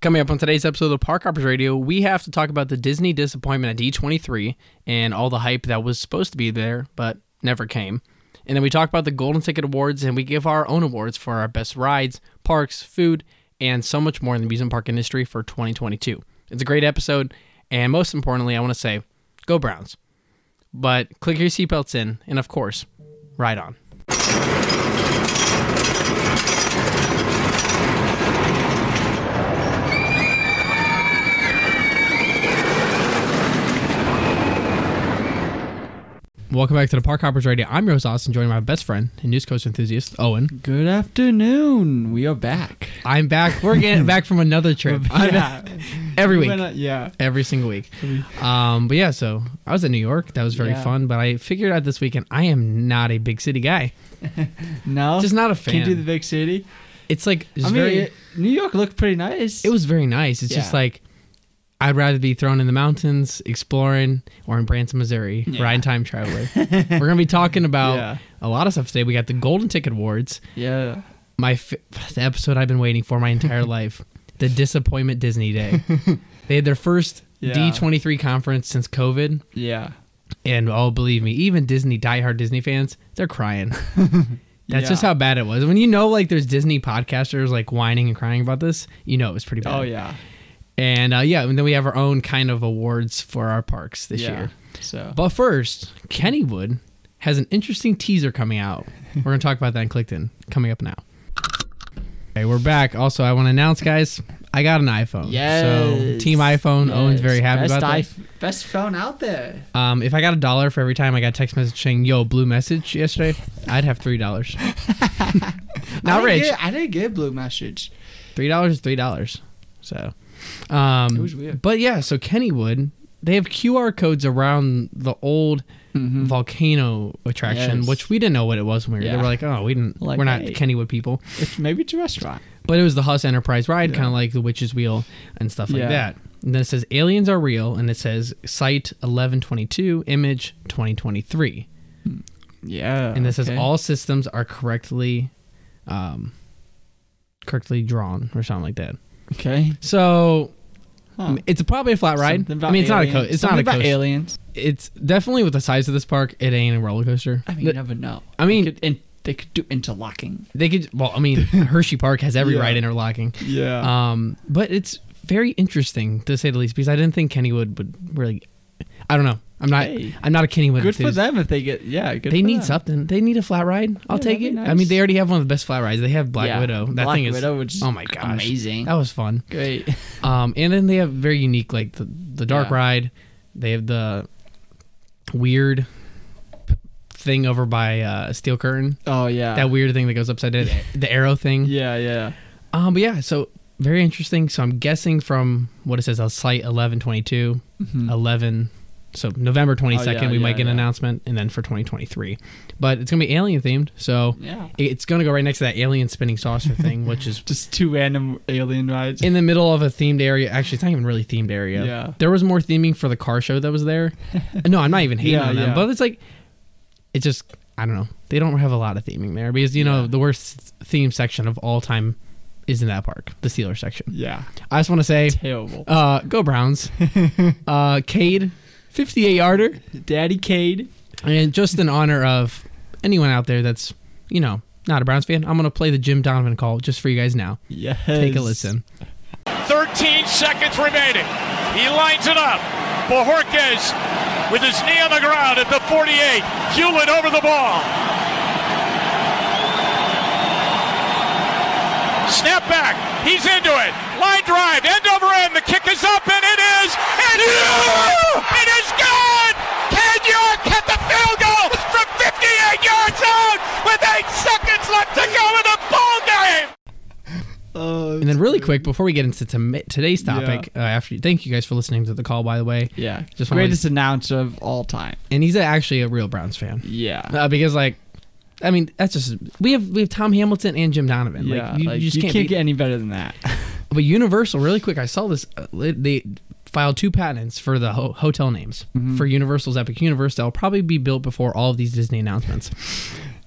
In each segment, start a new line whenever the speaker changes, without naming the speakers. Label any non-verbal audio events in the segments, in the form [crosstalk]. Coming up on today's episode of Park Hoppers Radio, we have to talk about the Disney disappointment at D23 and all the hype that was supposed to be there but never came. And then we talk about the Golden Ticket Awards and we give our own awards for our best rides, parks, food, and so much more in the amusement park industry for 2022. It's a great episode, and most importantly, I want to say, go Browns. But click your seatbelts in, and of course, ride on. Welcome back to the Park Hoppers Radio. I'm your host, Austin, joined by my best friend and news coach enthusiast, Owen.
Good afternoon. We are back.
[laughs] I'm back. We're getting back from
[laughs]
another trip. I'm back [laughs] every
We
week.
went on- yeah.
every single week. Um, but yeah, so I was in New York. That was very
Yeah.
fun. But I figured out this weekend I am not a big city guy.
No.
Just not a
Oh, Can't do
fan.
the big city.
It's like it's
I mean,
very.
it- New York looked pretty nice.
It was very nice. It's just
Yeah.
like I'd rather be thrown in the mountains, exploring, or in Branson, Missouri,
Yeah.
Ryan Time
[laughs]
Traveler. We're gonna be talking about
Yeah.
a lot of stuff today. We got the Golden Ticket Awards,
Yeah.
my f- the episode I've been waiting for my
[laughs]
entire life, the disappointment Disney Day. they had their first
Yeah.
D23 conference since COVID.
Yeah.
And oh, believe me, even Disney diehard Disney fans, they're crying. That's
Yeah.
just how bad it was. When you know, like, there's Disney podcasters like whining and crying about this, you know it was pretty bad.
Oh yeah.
And uh, yeah, and then we have our own kind of awards for our parks this
yeah.
year.
So.
But first, Kennywood has an interesting teaser coming out. We're going to talk about that in Clickton coming up now. Okay, we're back. Also, I want to announce, guys, I got an iPhone. So,
Yes.
Team iPhone, Owen's very happy
best
about that.
iPh- best phone out there.
Um, if I got a dollar for every time I got text message saying "Yo, blue message" yesterday, I'd have three
[laughs]
dollars.
I
Not
didn't
rich.
get- I didn't get blue message.
Three dollars is three dollars. So, um,
It was weird.
But yeah, so Kennywood, they have QR codes around the old volcano attraction,
Mm-hmm. Yes.
which we didn't know what it was when we were. They
Yeah.
were like, "Oh, we didn't.
Like,
we're not
hey.
Kennywood people."
It's maybe it's a restaurant.
But it was the Huss Enterprise ride,
Yeah.
kind of like the Witch's Wheel and stuff like
Yeah.
that. And then it says aliens are real, and it says site eleven twenty two, image twenty twenty three.
Yeah.
and this
okay.
is all systems are correctly um correctly drawn or something like that
Okay.
so
Huh.
it's probably a flat ride
Something
i mean it's
about
not a co-
aliens.
it's not
Something
a
about
coaster
aliens.
it's definitely with the size of this park it ain't a roller coaster
I mean, you
Th-
never know.
I mean-
they could, in, they could do interlocking.
they could well i
[laughs]
mean hershey park has every
Yeah.
ride interlocking
Yeah.
um but it's very interesting to say the least because i didn't think kennywood would really i don't know i'm not
Hey.
i'm not a kennywood
good for
enthusiast.
them if they get. Yeah. Good
they
for
need
them.
something. They need a flat ride. I'll
Yeah,
take it.
that'd be
I mean,
nice.
they already have one of the best flat rides. They have Black
Yeah.
Widow. That
Black
thing is
Widow, which is
oh my gosh,
amazing.
That was fun.
[laughs] Great.
Um, and then they have very unique, like the the dark
Yeah.
ride. They have the weird p- thing over by uh, Steel Curtain.
Oh yeah.
That weird thing that goes upside down. the arrow thing.
yeah, yeah.
Um, but yeah, so very interesting. So I'm guessing from what it says, a site 1122,
Mm-hmm.
11. So November 22nd,
Mm. Oh, yeah,
we
yeah,
might get an
yeah.
announcement, and then for 2023. But it's gonna be alien themed, so
Yeah.
it's gonna go right next to that alien spinning saucer
[laughs]
thing, which is
Just two random alien rides.
in the middle of a themed area. Actually, it's not even really themed area.
Yeah.
There was more theming for the car show that was
[laughs]
there. no, I'm not even hating
Yeah,
on them,
yeah.
but it's like, it just I don't know. They don't have a lot of theming there because you know
Yeah.
the worst theme section of all time is in that park, the Steeler section.
yeah.
I just want to say,
Terrible.
uh, go
[laughs]
Browns. uh, Cade, 58 yarder,
Daddy Cade.
and just in honor of anyone out there that's you know not a Browns fan, I'm gonna play the Jim Donovan call just for you guys now.
Yes.
Take a listen.
13 seconds remaining. He lines it up. Bojorquez with his knee on the ground at the 48. Hewlett over the ball. Snap back. He's into it. Line drive. End over end. The kick is up, and it is. It is. It is good. Ken York hit the field goal from 58 yards out with eight seconds left to go in the ball game.
Oh,
And then, really quick, before we get into tom- today's topic, uh, after thank you guys for listening to the call, by the way.
yeah.
Just
Just
wanna-
greatest announcer of all time.
And he's actually a real Browns fan
Yeah.
uh, because, like, I mean, that's just we have we have Tom Hamilton and Jim Donovan.
yeah.
like, you, you just can't, beat-
get any better than that.
But Universal, really quick, I saw this. Uh, li- they filed two patents for the ho-
Mm-hmm.
hotel names for Universal's Epic Universe that will probably be built before all of these Disney announcements.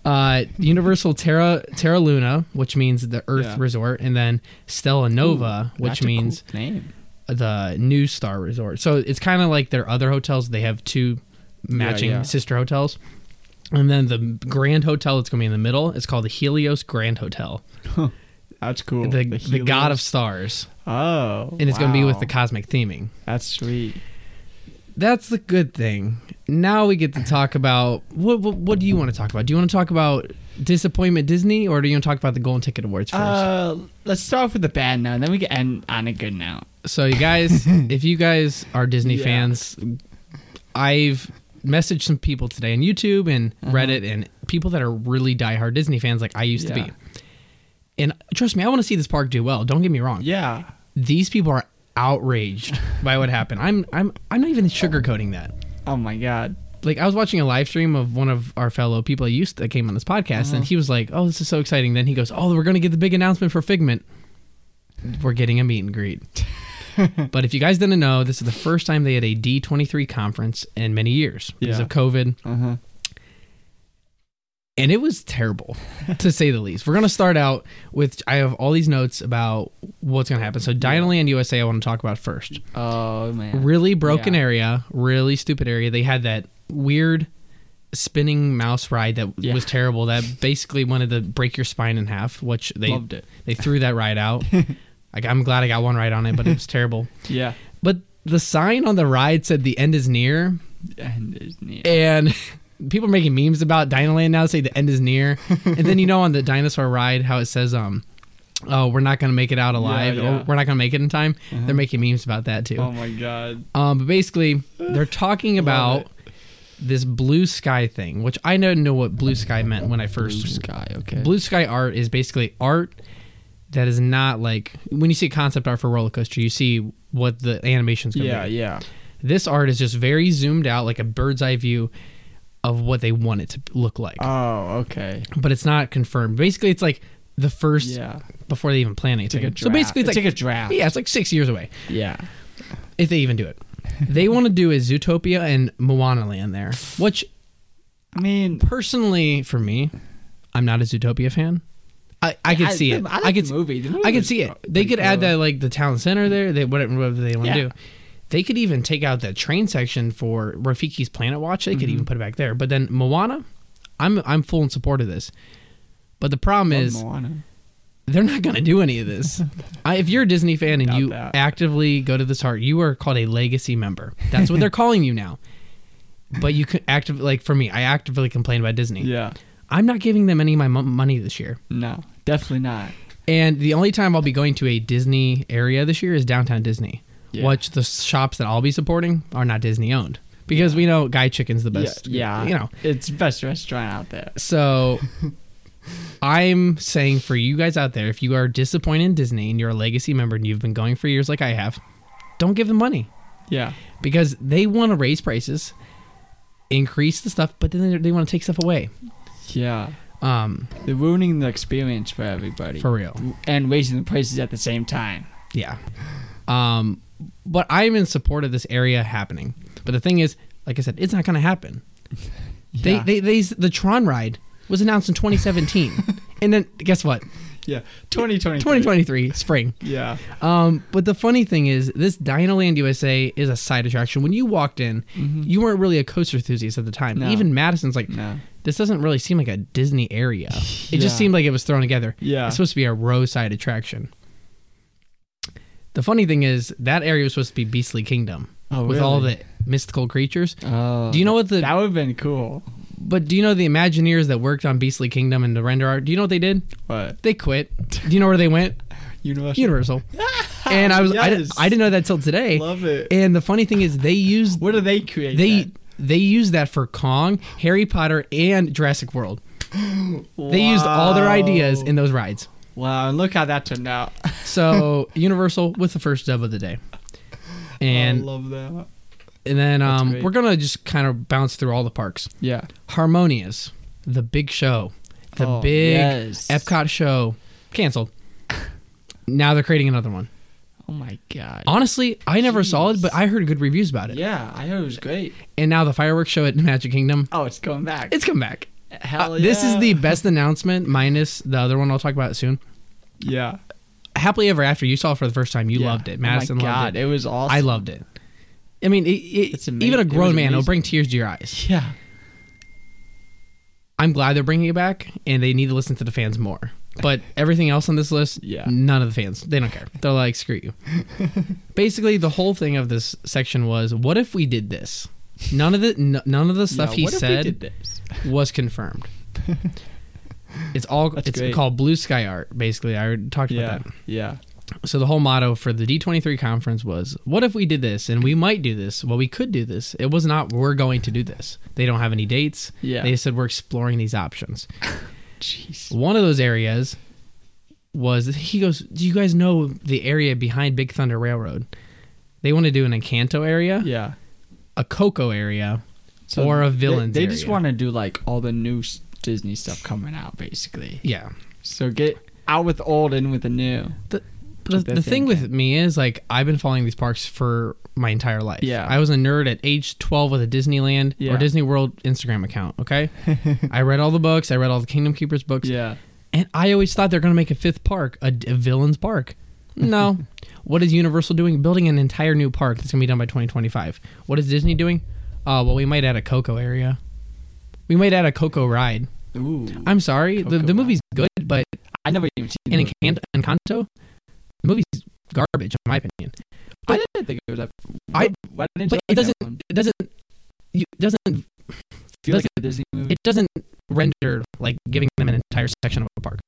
Uh, Universal Terra Terra Luna, which means the Earth
Yeah.
Resort, and then Stella Nova, [laughs] which
That's a cool
means
name.
the New Star Resort. So it's kind of like their other hotels. They have two matching
yeah.
sister hotels. And then the Grand Hotel that's going to be in the middle is called the Helios Grand Hotel,
That's cool.
the, the, god of
Oh, Helios.
stars.
oh,
And it's going to be with
wow.
the cosmic theming.
That's sweet.
That's the good thing. Now we get to talk about what, what, what do you want to talk about? Do you want to talk about disappointment Disney or do you want to talk about the Golden Ticket Awards first?
Uh, let's start off with the bad note, and then we can end on a good note.
So you guys, if you guys are Disney
Yeah.
fans, I've messaged some people today on YouTube and
Uh-huh.
Reddit and people that are really diehard Disney fans like I used to
Yeah.
be. And trust me, I want to see this park do well. Don't get me wrong.
Yeah.
These people are outraged by what happened. I'm I'm I'm not even sugarcoating that.
Oh my god.
Like I was watching a live stream of one of our fellow people I used to, that came on this podcast and he was like, "Oh, this is so exciting." Then he goes, "Oh, we're going to get the big announcement for Figment. We're getting a meet and greet." But if you guys didn't know, this is the first time they had a D23 conference in many years because
Yeah.
of COVID.
Uh huh.
And it was terrible, to say the least. We're going to start out with I have all these notes about what's going to happen. So, Dinoland USA, I want to talk about first.
Oh man.
Really broken
Yeah.
area, really stupid area. They had that weird spinning mouse ride that
Yeah.
was terrible
[laughs]
that basically wanted to break your spine in half, which they
Loved it.
They threw that ride
[laughs]
out. like, I'm glad I got one ride on it, but it was terrible.
Yeah.
But the sign on the ride said the end is near,
And there's Neo.
and [laughs] people are making memes about Dinoland now say the end is near. and then you know on the dinosaur ride how it says um oh we're not going to make it out alive
Yeah, Uh-huh. yeah.
or we're not going to make it in time. They're making memes about that too.
Oh my god.
Um, but basically, they're talking about this blue sky thing, which I didn't know what blue sky meant when I first. Blue sky.
okay.
art is basically art that is not like when you see concept art for roller coaster, you see what the animation's going to
Yeah,
be.
yeah.
This art is just very zoomed out, like a bird's eye view of what they want it to look like,
Oh, okay.
but it's not confirmed. Basically, it's like the first
Yeah.
before they even plan anything. so basically, it's like,
a draft.
yeah, it's like six years away
Yeah.
if they even do it. They want to do a Zootopia and Moana Land there, which
I mean,
personally for me, I'm not a Zootopia fan. I, I could
I-
see
I
it.
like
I could
the
s-
movie. The
I
movie
could
was
see it.
pretty
They could add
cool.
that like the town center there. They whatever, whatever they want to
Yeah.
do. They could even take out that train section for Rafiki's Planet Watch. They could
Mm-hmm.
even put it back there. But then Moana, I'm I'm full in support of this. But the problem is
Moana.
they're not going to do any of
[laughs]
this. I, if you're a Disney fan and
Doubt
you
that.
actively go to this heart, you are called a legacy member. That's
[laughs]
what they're calling you now. But you could actively, like for me, I actively complain about Disney.
Yeah.
I'm not giving them any of my mo- money this year.
No, definitely not.
And the only time I'll be going to a Disney area this year is downtown Disney,
Yeah.
which the shops that I'll be supporting are not Disney owned because we know Guy Chicken's the
Yeah,
best.
yeah.
You know,
it's best restaurant out there.
so I'm saying for you guys out there, if you are disappointed in Disney and you're a legacy member and you've been going for years like I have, don't give them money
Yeah.
because they want to raise prices, increase the stuff, but then they- they want to take stuff away.
Yeah.
Um,
They're ruining the experience for everybody.
for real.
and raising the prices at the same time.
Yeah. Um, but I'm in support of this area happening. But the thing is, like I said, it's not going to happen.
Yeah.
They, they, they, the Tron ride was announced in 2017. and then guess what?
Yeah. 2020.
2023 spring.
Yeah.
Um, but the funny thing is, this Dinoland USA is a side attraction. When you walked in, you weren't really a coaster enthusiast at the time.
Mm-hmm. No.
Even Madison's like,
No.
this doesn't really seem like a Disney area. It
Yeah.
just seemed like it was thrown together.
Yeah.
It's supposed to be a roadside attraction. The funny thing is, that area was supposed to be Beastly Kingdom
Oh,
with all
really?
the mystical creatures.
Oh.
do you know what the
That would have been cool.
but do you know the Imagineers that worked on Beastly Kingdom and the render art? Do you know what they did?
What?
They quit. Do you know where they
[laughs]
went?
Universal.
Universal. and I was I, didn't-
Yes.
I didn't know that till today.
Love it.
And the funny thing is they used
What do they create?
they
then?
they used that for Kong, Harry Potter, and Jurassic World. They used all their ideas in those rides.
Wow, and look how that turned out. [laughs]
So Universal with the first dub of the day.
I
And
love that.
and then um,
great.
we're gonna just kind of bounce through all the parks.
Yeah.
Harmonious, the big show, the
Oh,
big
yes.
Epcot show canceled. Now they're creating another one.
Oh my god.
Honestly, I never saw it,
Jeez.
but I heard good reviews about it.
Yeah, I heard it was great.
And now the fireworks show at [laughs] Magic Kingdom,
Oh, it's going back.
it's come back. Uh,
Hell yeah. [laughs]
This is the best announcement, minus the other one I'll talk about soon.
yeah.
Happily Ever After, you saw it for the first time. You
Yeah.
loved
Oh
it.
my
Madison
God,
loved it.
it was awesome.
I loved it. I mean, it, it-
It's ama-
even a
it was
grown man, it'll
amazing.
bring tears to your eyes.
Yeah.
I'm glad they're bringing it back, and they need to listen to the fans more. But everything else on this list,
Yeah.
none of the fans, they don't care. They're like, screw
[laughs]
you. Basically, the whole thing of this section was, what if we did this? None of the n- none of the stuff
Yeah,
he
what if we
said
did this?
was confirmed.
[laughs]
it's all
That's
it's
great.
called blue sky art. Basically, I already talked
Yeah.
about that.
Yeah.
So the whole motto for the D23 conference was, "What if we did this? And we might do this. Well, we could do this. It was not we're going to do this. They don't have any dates.
Yeah.
They said we're exploring these options.
Jeez.
One of those areas was he goes, "Do you guys know the area behind Big Thunder Railroad? They want to do an Encanto area,
Yeah.
a Coco area,
So
or a
they-
villains
They,
area.
just want to do like all the new s- Disney stuff coming out, basically.
yeah."
So get out with the old, in with the new.
the, the,
their
the thing
thing
with me is like I've been following these parks for my entire life.
Yeah.
I was a nerd at age 12 with a Disneyland
Yeah.
or Disney World Instagram account,
[laughs]
okay? I read all the books, I read all the Kingdom Keepers books,
Yeah.
and I always thought they're going to make a fifth park, a, d- a villains
[laughs]
park. No. what is Universal doing? Building an entire new park that's going to be done by 2025. What is Disney doing? Uh, well, we might add a Coco area. We might add a Coco ride.
Ooh.
I'm sorry, the,
Coco
the movie's good, but
I never even seen
in
it.
Encanto, Encanto, the movie's garbage, in my opinion.
I didn't think it was that.
I-
Why didn't
but
you
it
like that
doesn't-
one?
It doesn't. You, it doesn't
feel like a Disney movie.
it doesn't render like giving them an entire section of a park.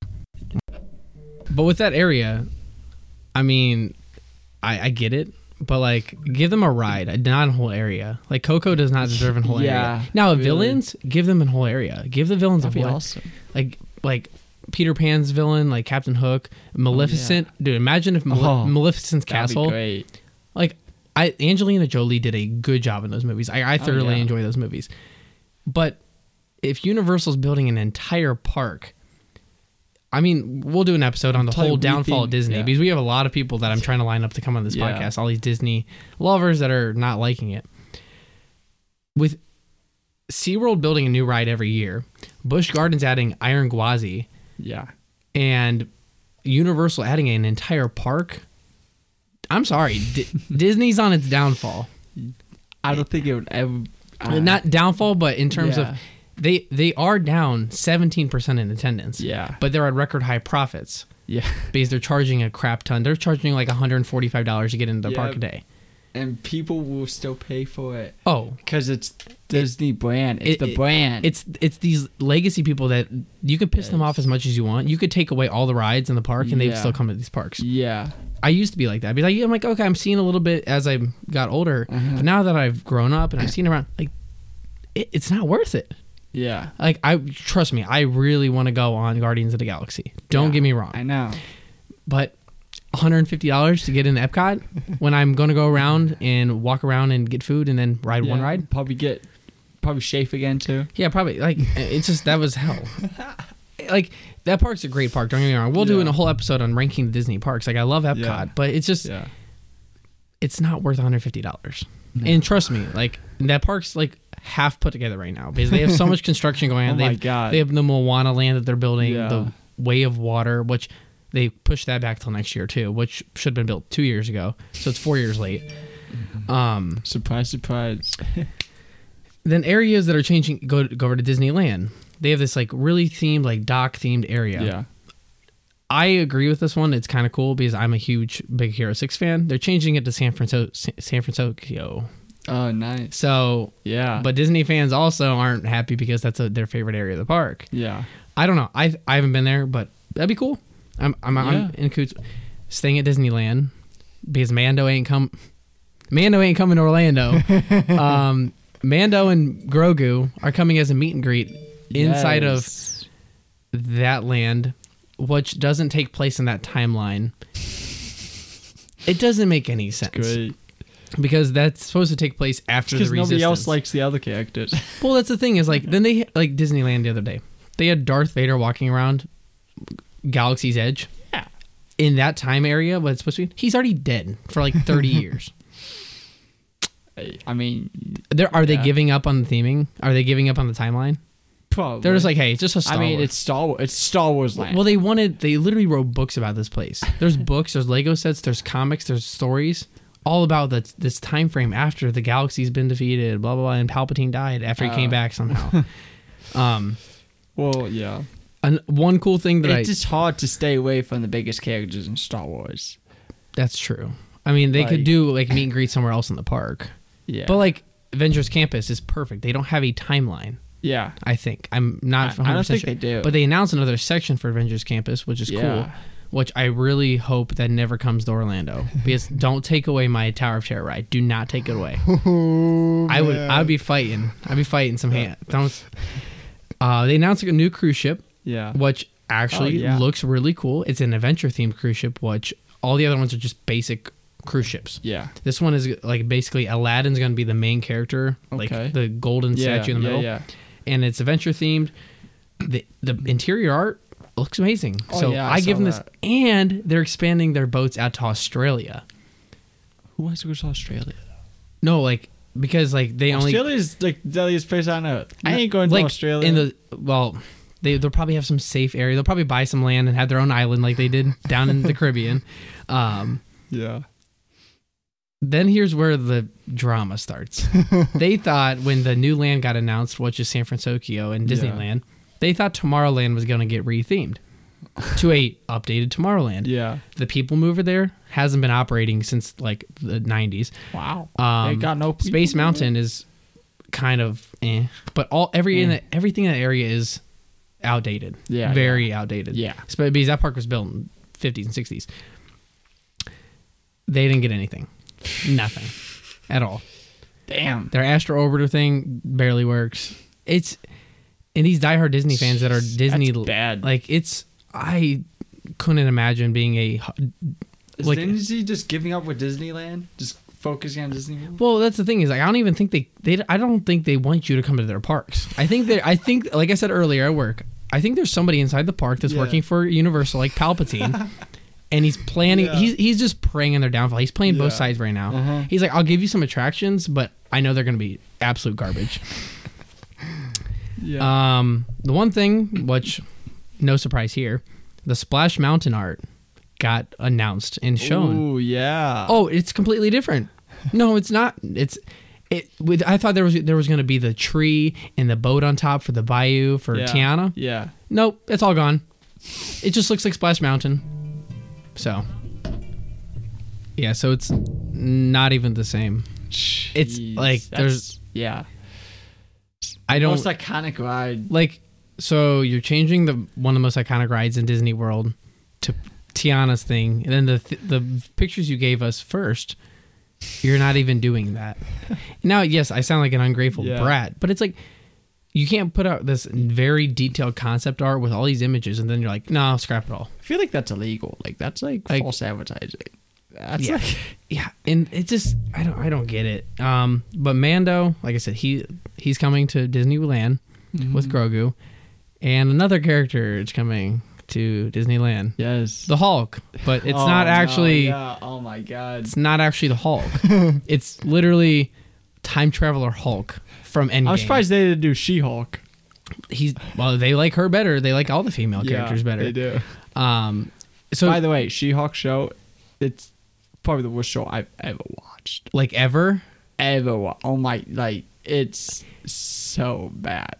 But with that area, I mean, I, I get it, but like give them a ride, uh, not a whole area. Like Coco does not deserve a whole
Yeah,
area. Now,
really.
villains, give them a whole area. Give the villains
That'd
a
be
whole
awesome.
like like Peter Pan's villain, like Captain Hook, Maleficent. Dude, imagine if Male-
Oh,
Maleficent's
That'd be
castle
great.
like I Angelina Jolie did a good job in those movies. I, I thoroughly
Oh, yeah.
enjoy those movies. But if Universal's building an entire park, I mean, we'll do an episode on the
Tell you,
whole
we
downfall of
think-
Disney
yeah.
because we have a lot of people that I'm trying to line up to come on this
Yeah.
podcast. All these Disney lovers that are not liking it. With SeaWorld building a new ride every year, Busch Gardens adding Iron Gwazi,
Yeah.
and Universal adding an entire park. I'm sorry, D- [laughs] Disney's on its downfall.
I don't think it would ever. I-
Not downfall, but in terms
Uh, Yeah.
of they they are down 17% in attendance.
Yeah.
But they're at record high profits
Yeah.
because they're charging a crap ton. They're charging like $145 to get into the
Yeah.
park a day.
[laughs] And people will still pay for it
Oh,
because it's Disney brand. It's
it-
the
it-
brand.
it's it's these legacy people that you can piss them off as much as you want. You could take away all the rides in the park and they would
Yeah.
still come to these parks.
yeah.
I used to be like that. I'd be like, I'm like, okay, I'm seeing a little bit as I got older,
Uh-huh.
but now that I've grown up
[clears throat]
and I've seen around, like, it, it's not worth it.
Yeah.
Like, I trust me, I really want to go on Guardians of the Galaxy. Don't
Yeah.
get me wrong,
I know.
but. $150 to get in Epcot when I'm going to go around and walk around and get food and then ride one
Yeah.
ride.
Probably get. Probably Shafe again too.
Yeah, probably. Like it's just that was
[laughs]
hell. Like that park's a great park. Don't get me wrong. We'll do
Yeah.
in a whole episode on ranking the Disney parks. Like I love Epcot,
Yeah.
but it's just
Yeah.
it's not worth $150. And trust me, like that park's like half put together right now because they
[laughs]
have so much construction going on.
Oh
they
my
have,
God.
They have the Moana land that they're building,
Yeah.
the Way of Water, which they pushed that back till next year too, which should have been built two years ago. So it's four years late. Um,
Surprise! Surprise!
then areas that are changing go go over to Disneyland. They have this like really themed, like dock themed area.
yeah.
I agree with this one. It's kind of cool because I'm a huge Big Hero Six fan. They're changing it to San Francisco, San Francisco.
Oh, nice.
So
Yeah.
But Disney fans also aren't happy because that's a, their favorite area of the park.
yeah.
I don't know. I I haven't been there, but that'd be cool. I'm I'm, I'm
Yeah.
in coots staying at Disneyland because Mando ain't come. Mando ain't coming to
[laughs]
Orlando. um, Mando and Grogu are coming as a meet and greet inside
Yes.
of that land, which doesn't take place in that timeline. It doesn't make any sense
Great.
because that's supposed to take place after the
Because
resistance.
nobody else likes the
[laughs]
other characters.
Well, that's the thing is like then they like Disneyland the other day. They had Darth Vader walking around Galaxy's Edge.
Yeah.
In that time area, what it's supposed to be, he's already dead for like thirty
[laughs]
years.
I- I mean,
There are they
Yeah.
giving up on the theming? Are they giving up on the timeline?
Probably.
They're just like, hey, it's just a Star
I mean,
Wars.
it's Star Wars. It's Star Wars land.
well, they wanted. They literally wrote books about this place. There's books. There's Lego sets. There's comics. There's stories. All about the, this time frame after the galaxy's been defeated, blah blah blah, and Palpatine died after he
Oh.
came back
[laughs]
somehow. um,
well, yeah.
an, one cool thing that I
It's just hard to stay away from the biggest characters in Star Wars.
That's true. I mean, they could
Like-
do like meet and greet somewhere else in the park.
Yeah.
But like Avengers Campus is perfect. They don't have a timeline.
yeah.
I think I'm not.
I- I don't
100%
think
sure.
they do.
But they announced another section for Avengers Campus, which is cool.
Yeah.
Which I really hope that never comes to Orlando
[laughs]
because don't take away my Tower of Terror ride. Do not take it away. I would. I'd be fighting. I'd be fighting some hand. Don't. Uh, they announced a new cruise ship
Yeah.
which actually
Oh, yeah.
looks really cool. It's an adventure themed cruise ship, which all the other ones are just basic cruise ships.
Yeah.
This one is like basically Aladdin's going to be the main character,
Okay.
like the golden
Yeah,
statue in the
yeah,
middle,
yeah.
and it's adventure themed. The the interior art looks amazing,
Oh,
so
yeah,
I,
I
give
saw
them this.
that.
And they're expanding their boats out to Australia.
Who wants to go to Australia?
No, like because like they only
Australia's like the deadliest place on earth. I ain't going to
like,
Australia.
In the well, they they'll probably have some safe area. They'll probably buy some land and have their own island like they did down
[laughs]
in the Caribbean. Um,
yeah.
then here's where the drama
[laughs]
starts. they thought when the new land got announced, which is San Francisco and Disneyland, they thought Tomorrowland was going to get rethemed to a updated Tomorrowland.
Yeah.
The people mover there hasn't been operating since like the 90s.
Wow.
Um,
they got no people
Space
there?
Mountain is kind of eh, but all every in the, everything in that area is outdated.
Eh. Yeah,
very outdated.
Yeah.
Sp- because that park was built in fifties and sixties. They didn't get
[sighs]
anything, nothing, at all.
Damn.
Their astro orbiter thing barely works. It's and these diehard Disney fans that are Disney
bad.
Like it's I couldn't imagine being a h-
Is
like-
Disney just giving up with Disneyland? Just focusing on Disney World?
Well, that's the thing is like I don't even think they they I don't think they want you to come to their parks. I think they I think [laughs] like I said earlier at work, I think there's somebody inside the park that's
Yeah.
working for Universal like
[laughs]
Palpatine. And he's planning.
Yeah.
He's he's just praying on their downfall. He's playing both
Yeah. Uh-huh.
sides right now. He's like, I'll give you some attractions, but I know they're going to be absolute garbage.
Yeah.
um, the one thing, which no surprise here, the Splash Mountain art got announced and shown.
Ooh, yeah.
Oh, it's completely different. No, it's not. It's it. With, I thought there was there was going to be the tree and the boat on top for the bayou for
yeah.
Tiana.
Yeah.
Nope, it's all gone. It just looks like Splash Mountain. So, yeah, so it's not even the same. It's
Jeez,
like
that's-
there's-
yeah.
I don't
Most iconic ride.
like. So you're changing the one of the most iconic rides in Disney World to Tiana's thing, and then the th- the pictures you gave us first. You're not even doing that. Now, yes, I sound like an ungrateful
Yeah.
brat, but it's like you can't put out this very detailed concept art with all these images, and then you're like, no, scrap it all.
I feel like that's illegal. Like that's like,
Like-
false advertising. That's
yeah.
like [laughs]
yeah, and it just I don't I don't get it. Um, but Mando, like I said, he he's coming to Disneyland
Mm-hmm.
with Grogu, and another character is coming to Disneyland,
yes.
the Hulk. But it's
Oh,
not
no,
actually
yeah. Oh my god.
it's not actually the
[laughs]
Hulk. it's literally time traveler Hulk from Endgame.
I'm surprised they didn't do She-Hulk.
he's well. They like her better. They like all the female characters better.
They do.
Um, so
By the way, She-Hulk show, it's probably the worst show I've ever watched.
like ever.
Ever wa- Oh my, like it's so bad.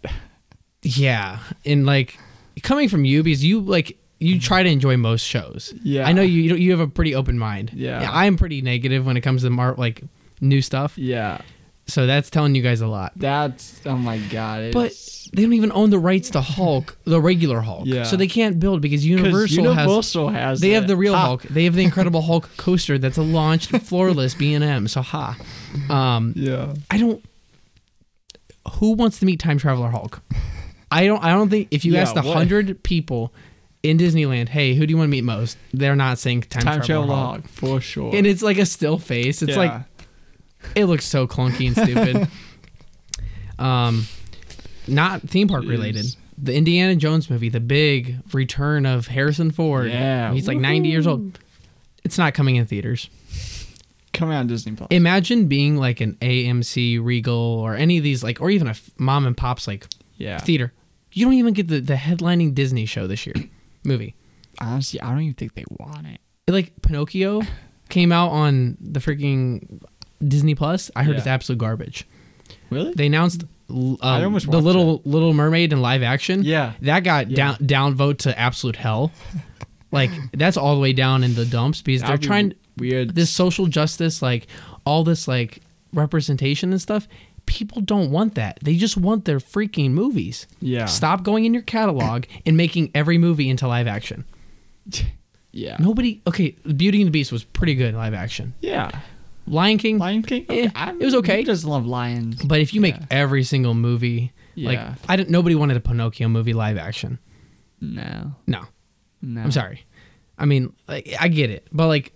Yeah, and like coming from you because you like you try to enjoy most shows.
Yeah.
I know you. You, don't- you have a pretty open mind.
Yeah.
I'm pretty negative when it comes to mar- like new stuff.
Yeah,
So that's telling you guys a lot.
that's oh my god. It's,
But they don't even own the rights to Hulk, the regular Hulk.
Yeah.
So they can't build because
'Cause
Universal, has.
Universal has,
They have
it.
the real
Ha.
Hulk. They have the Incredible Hulk coaster that's a
[laughs]
launched floorless B and M. So ha, um,
Yeah,
I don't. Who wants to meet time traveler Hulk? I don't. I don't think if you
Yeah,
ask the
what-
hundred people in Disneyland, hey, who do you want to meet most? They're not saying time,
time
traveler
travel
Hulk.
Hulk for sure.
And it's like a still face. It's
Yeah.
like it looks so clunky and
[laughs]
stupid. um, not theme park related.
Yes.
The Indiana Jones movie, the big return of Harrison Ford.
Yeah.
he's like ninety years old. It's not coming in theaters
coming out on Disney Plus.
imagine being like an AMC Regal or any of these like or even a f- mom and pops like
yeah,
theater. You don't even get the, the headlining Disney show this
[clears throat]
year, movie.
Honestly, I don't even think they want it.
Like Pinocchio came out on the freaking Disney Plus. I heard
Yeah.
it's absolute garbage.
Really?
They announced um,
I almost
the
watched
little Little Mermaid in live action.
Yeah.
that got down downvote to absolute hell.
[laughs]
like that's all the way down in the dumps because
That'd
they're
be
trying
weird.
this social justice, like all this like representation and stuff. People don't want that. They just want their freaking movies.
Yeah.
Stop going in your catalog and making every movie into live action.
yeah.
Nobody. Okay, Beauty and the Beast was pretty good in live action.
Yeah.
Lion King.
Lion King.
eh,
I'm-
it was okay.
He does love lions.
But if you make every single movie,
Yeah.
like I didn't, nobody wanted a Pinocchio movie live action.
No.
No,
No.
I'm sorry. I mean, like, I get it, but like,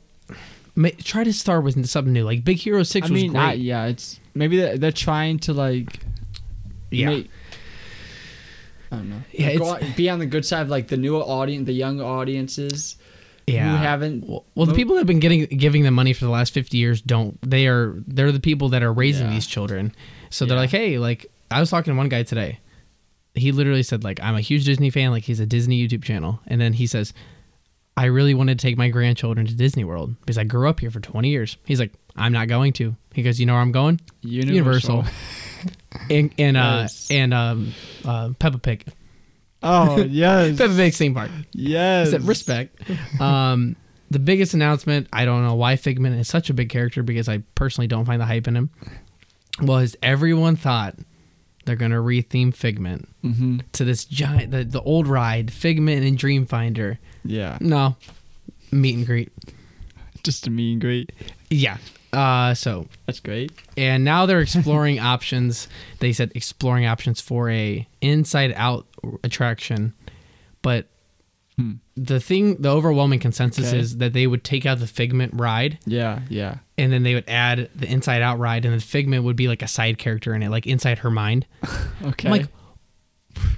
ma- try to start with something new. Like Big Hero Six
I
was
mean,
great.
I- yeah. It's maybe they're, they're trying to like.
yeah,
make- I don't know.
Yeah,
Go
it's-
out- be on the good side of like the newer audience, the young audiences.
yeah.
who haven't-
Well, well, the
mo-
people that have been getting giving them money for the last fifty years don't. They are they're the people that are raising
Yeah.
these children. So they're
Yeah.
like, hey, like I was talking to one guy today. He literally said like I'm a huge Disney fan. Like he's a Disney YouTube channel, and then he says, I really wanted to take my grandchildren to Disney World because I grew up here for twenty years. He's like, I'm not going to. He goes, you know where I'm going?
Universal.
and and uh
Yes.
and um uh Peppa Pig.
[laughs] Oh yes,
Peppa Pig's theme park. I
yes. [laughs]
said respect. Um, the biggest announcement. I don't know why Figment is such a big character because I personally don't find the hype in him. Was everyone thought they're gonna retheme Figment to this giant the, the old ride Figment and Dreamfinder?
Yeah,
No, meet and greet.
just a mean great.
Yeah. Uh, so
That's great.
and now they're exploring [laughs] options. They said exploring options for a inside out attraction, but the thing, the overwhelming consensus
Okay.
is that they would take out the Figment ride
Yeah, yeah.
and then they would add the inside out ride, and then Figment would be like a side character in it, like inside her mind.
Okay.
I'm like,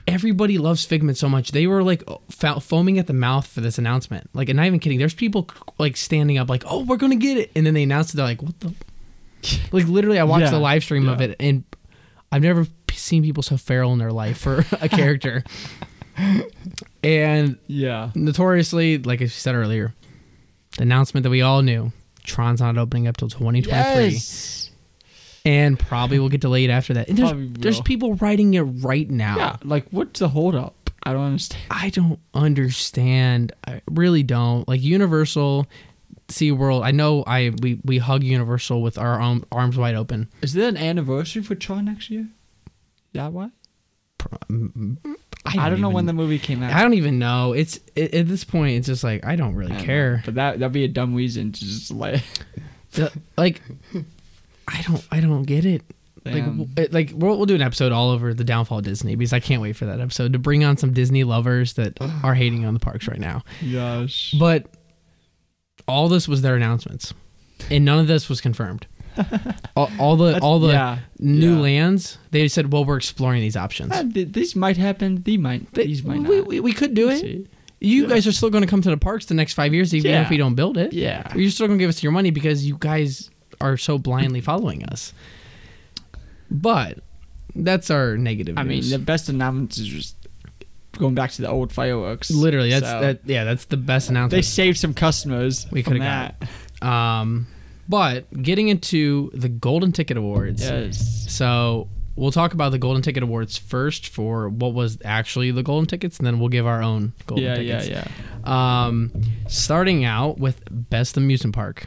everybody loves Figment so much. They were like fo- foaming at the mouth for this announcement. Like, and not even kidding. There's people like standing up, like, "Oh, we're gonna get it!" And then they announced it. They're like, "What the?" Like, literally, I watched
Yeah,
the live stream of
yeah.
it, and I've never p- seen people so feral in their life for [laughs] a
[laughs]
character. and
yeah.
notoriously, like I said earlier, the announcement that we all knew, Tron's not opening up till 2023
Yes.
and probably will get delayed after that. And there's
Probably will.
there's people writing it right now.
Yeah. Like, what's the holdup? I don't understand.
I don't understand. I really don't. Like Universal, SeaWorld, I know I we, we hug Universal with our arm, arms wide open.
Is there an anniversary for Tron next year? That why? I don't know
mm, even-
when the movie came out.
I don't even know. It's it, at this point it's just like I don't really
I don't know.
care.
But that that'd be a dumb reason to just [laughs] like.
The- like I don't I don't get it. Like
Damn.
w- it- like we'll, we'll do an episode all over the downfall of Disney because I can't wait for that episode to bring on some Disney lovers that are hating on the parks right now.
Gosh.
But all this was their announcements, and none of this was
[laughs]
confirmed. all, all the all the
yeah,
new
yeah.
lands they said, well, we're exploring these options.
Uh, th- these might happen. These might.
They-
these might not.
we, we, we could do it.
See?
You guys are still going to come to the parks the next five years, even
Yeah.
if we don't build it.
Yeah.
you're still going to give us your money because you guys are so blindly following us. But that's our negative.
I mean,
news.
the best announcement is just going back to the old fireworks.
literally, that's
So,
that. Yeah, that's the best
They
announcement.
saved some customers.
We
from
coulda got
that.
um, but getting into the Golden Ticket Awards.
Yes.
So we'll talk about the Golden Ticket Awards first for what was actually the Golden Tickets, and then we'll give our own Golden
Yeah, yeah,
Tickets.
yeah.
yeah. Um, starting out with Best Amusement Park,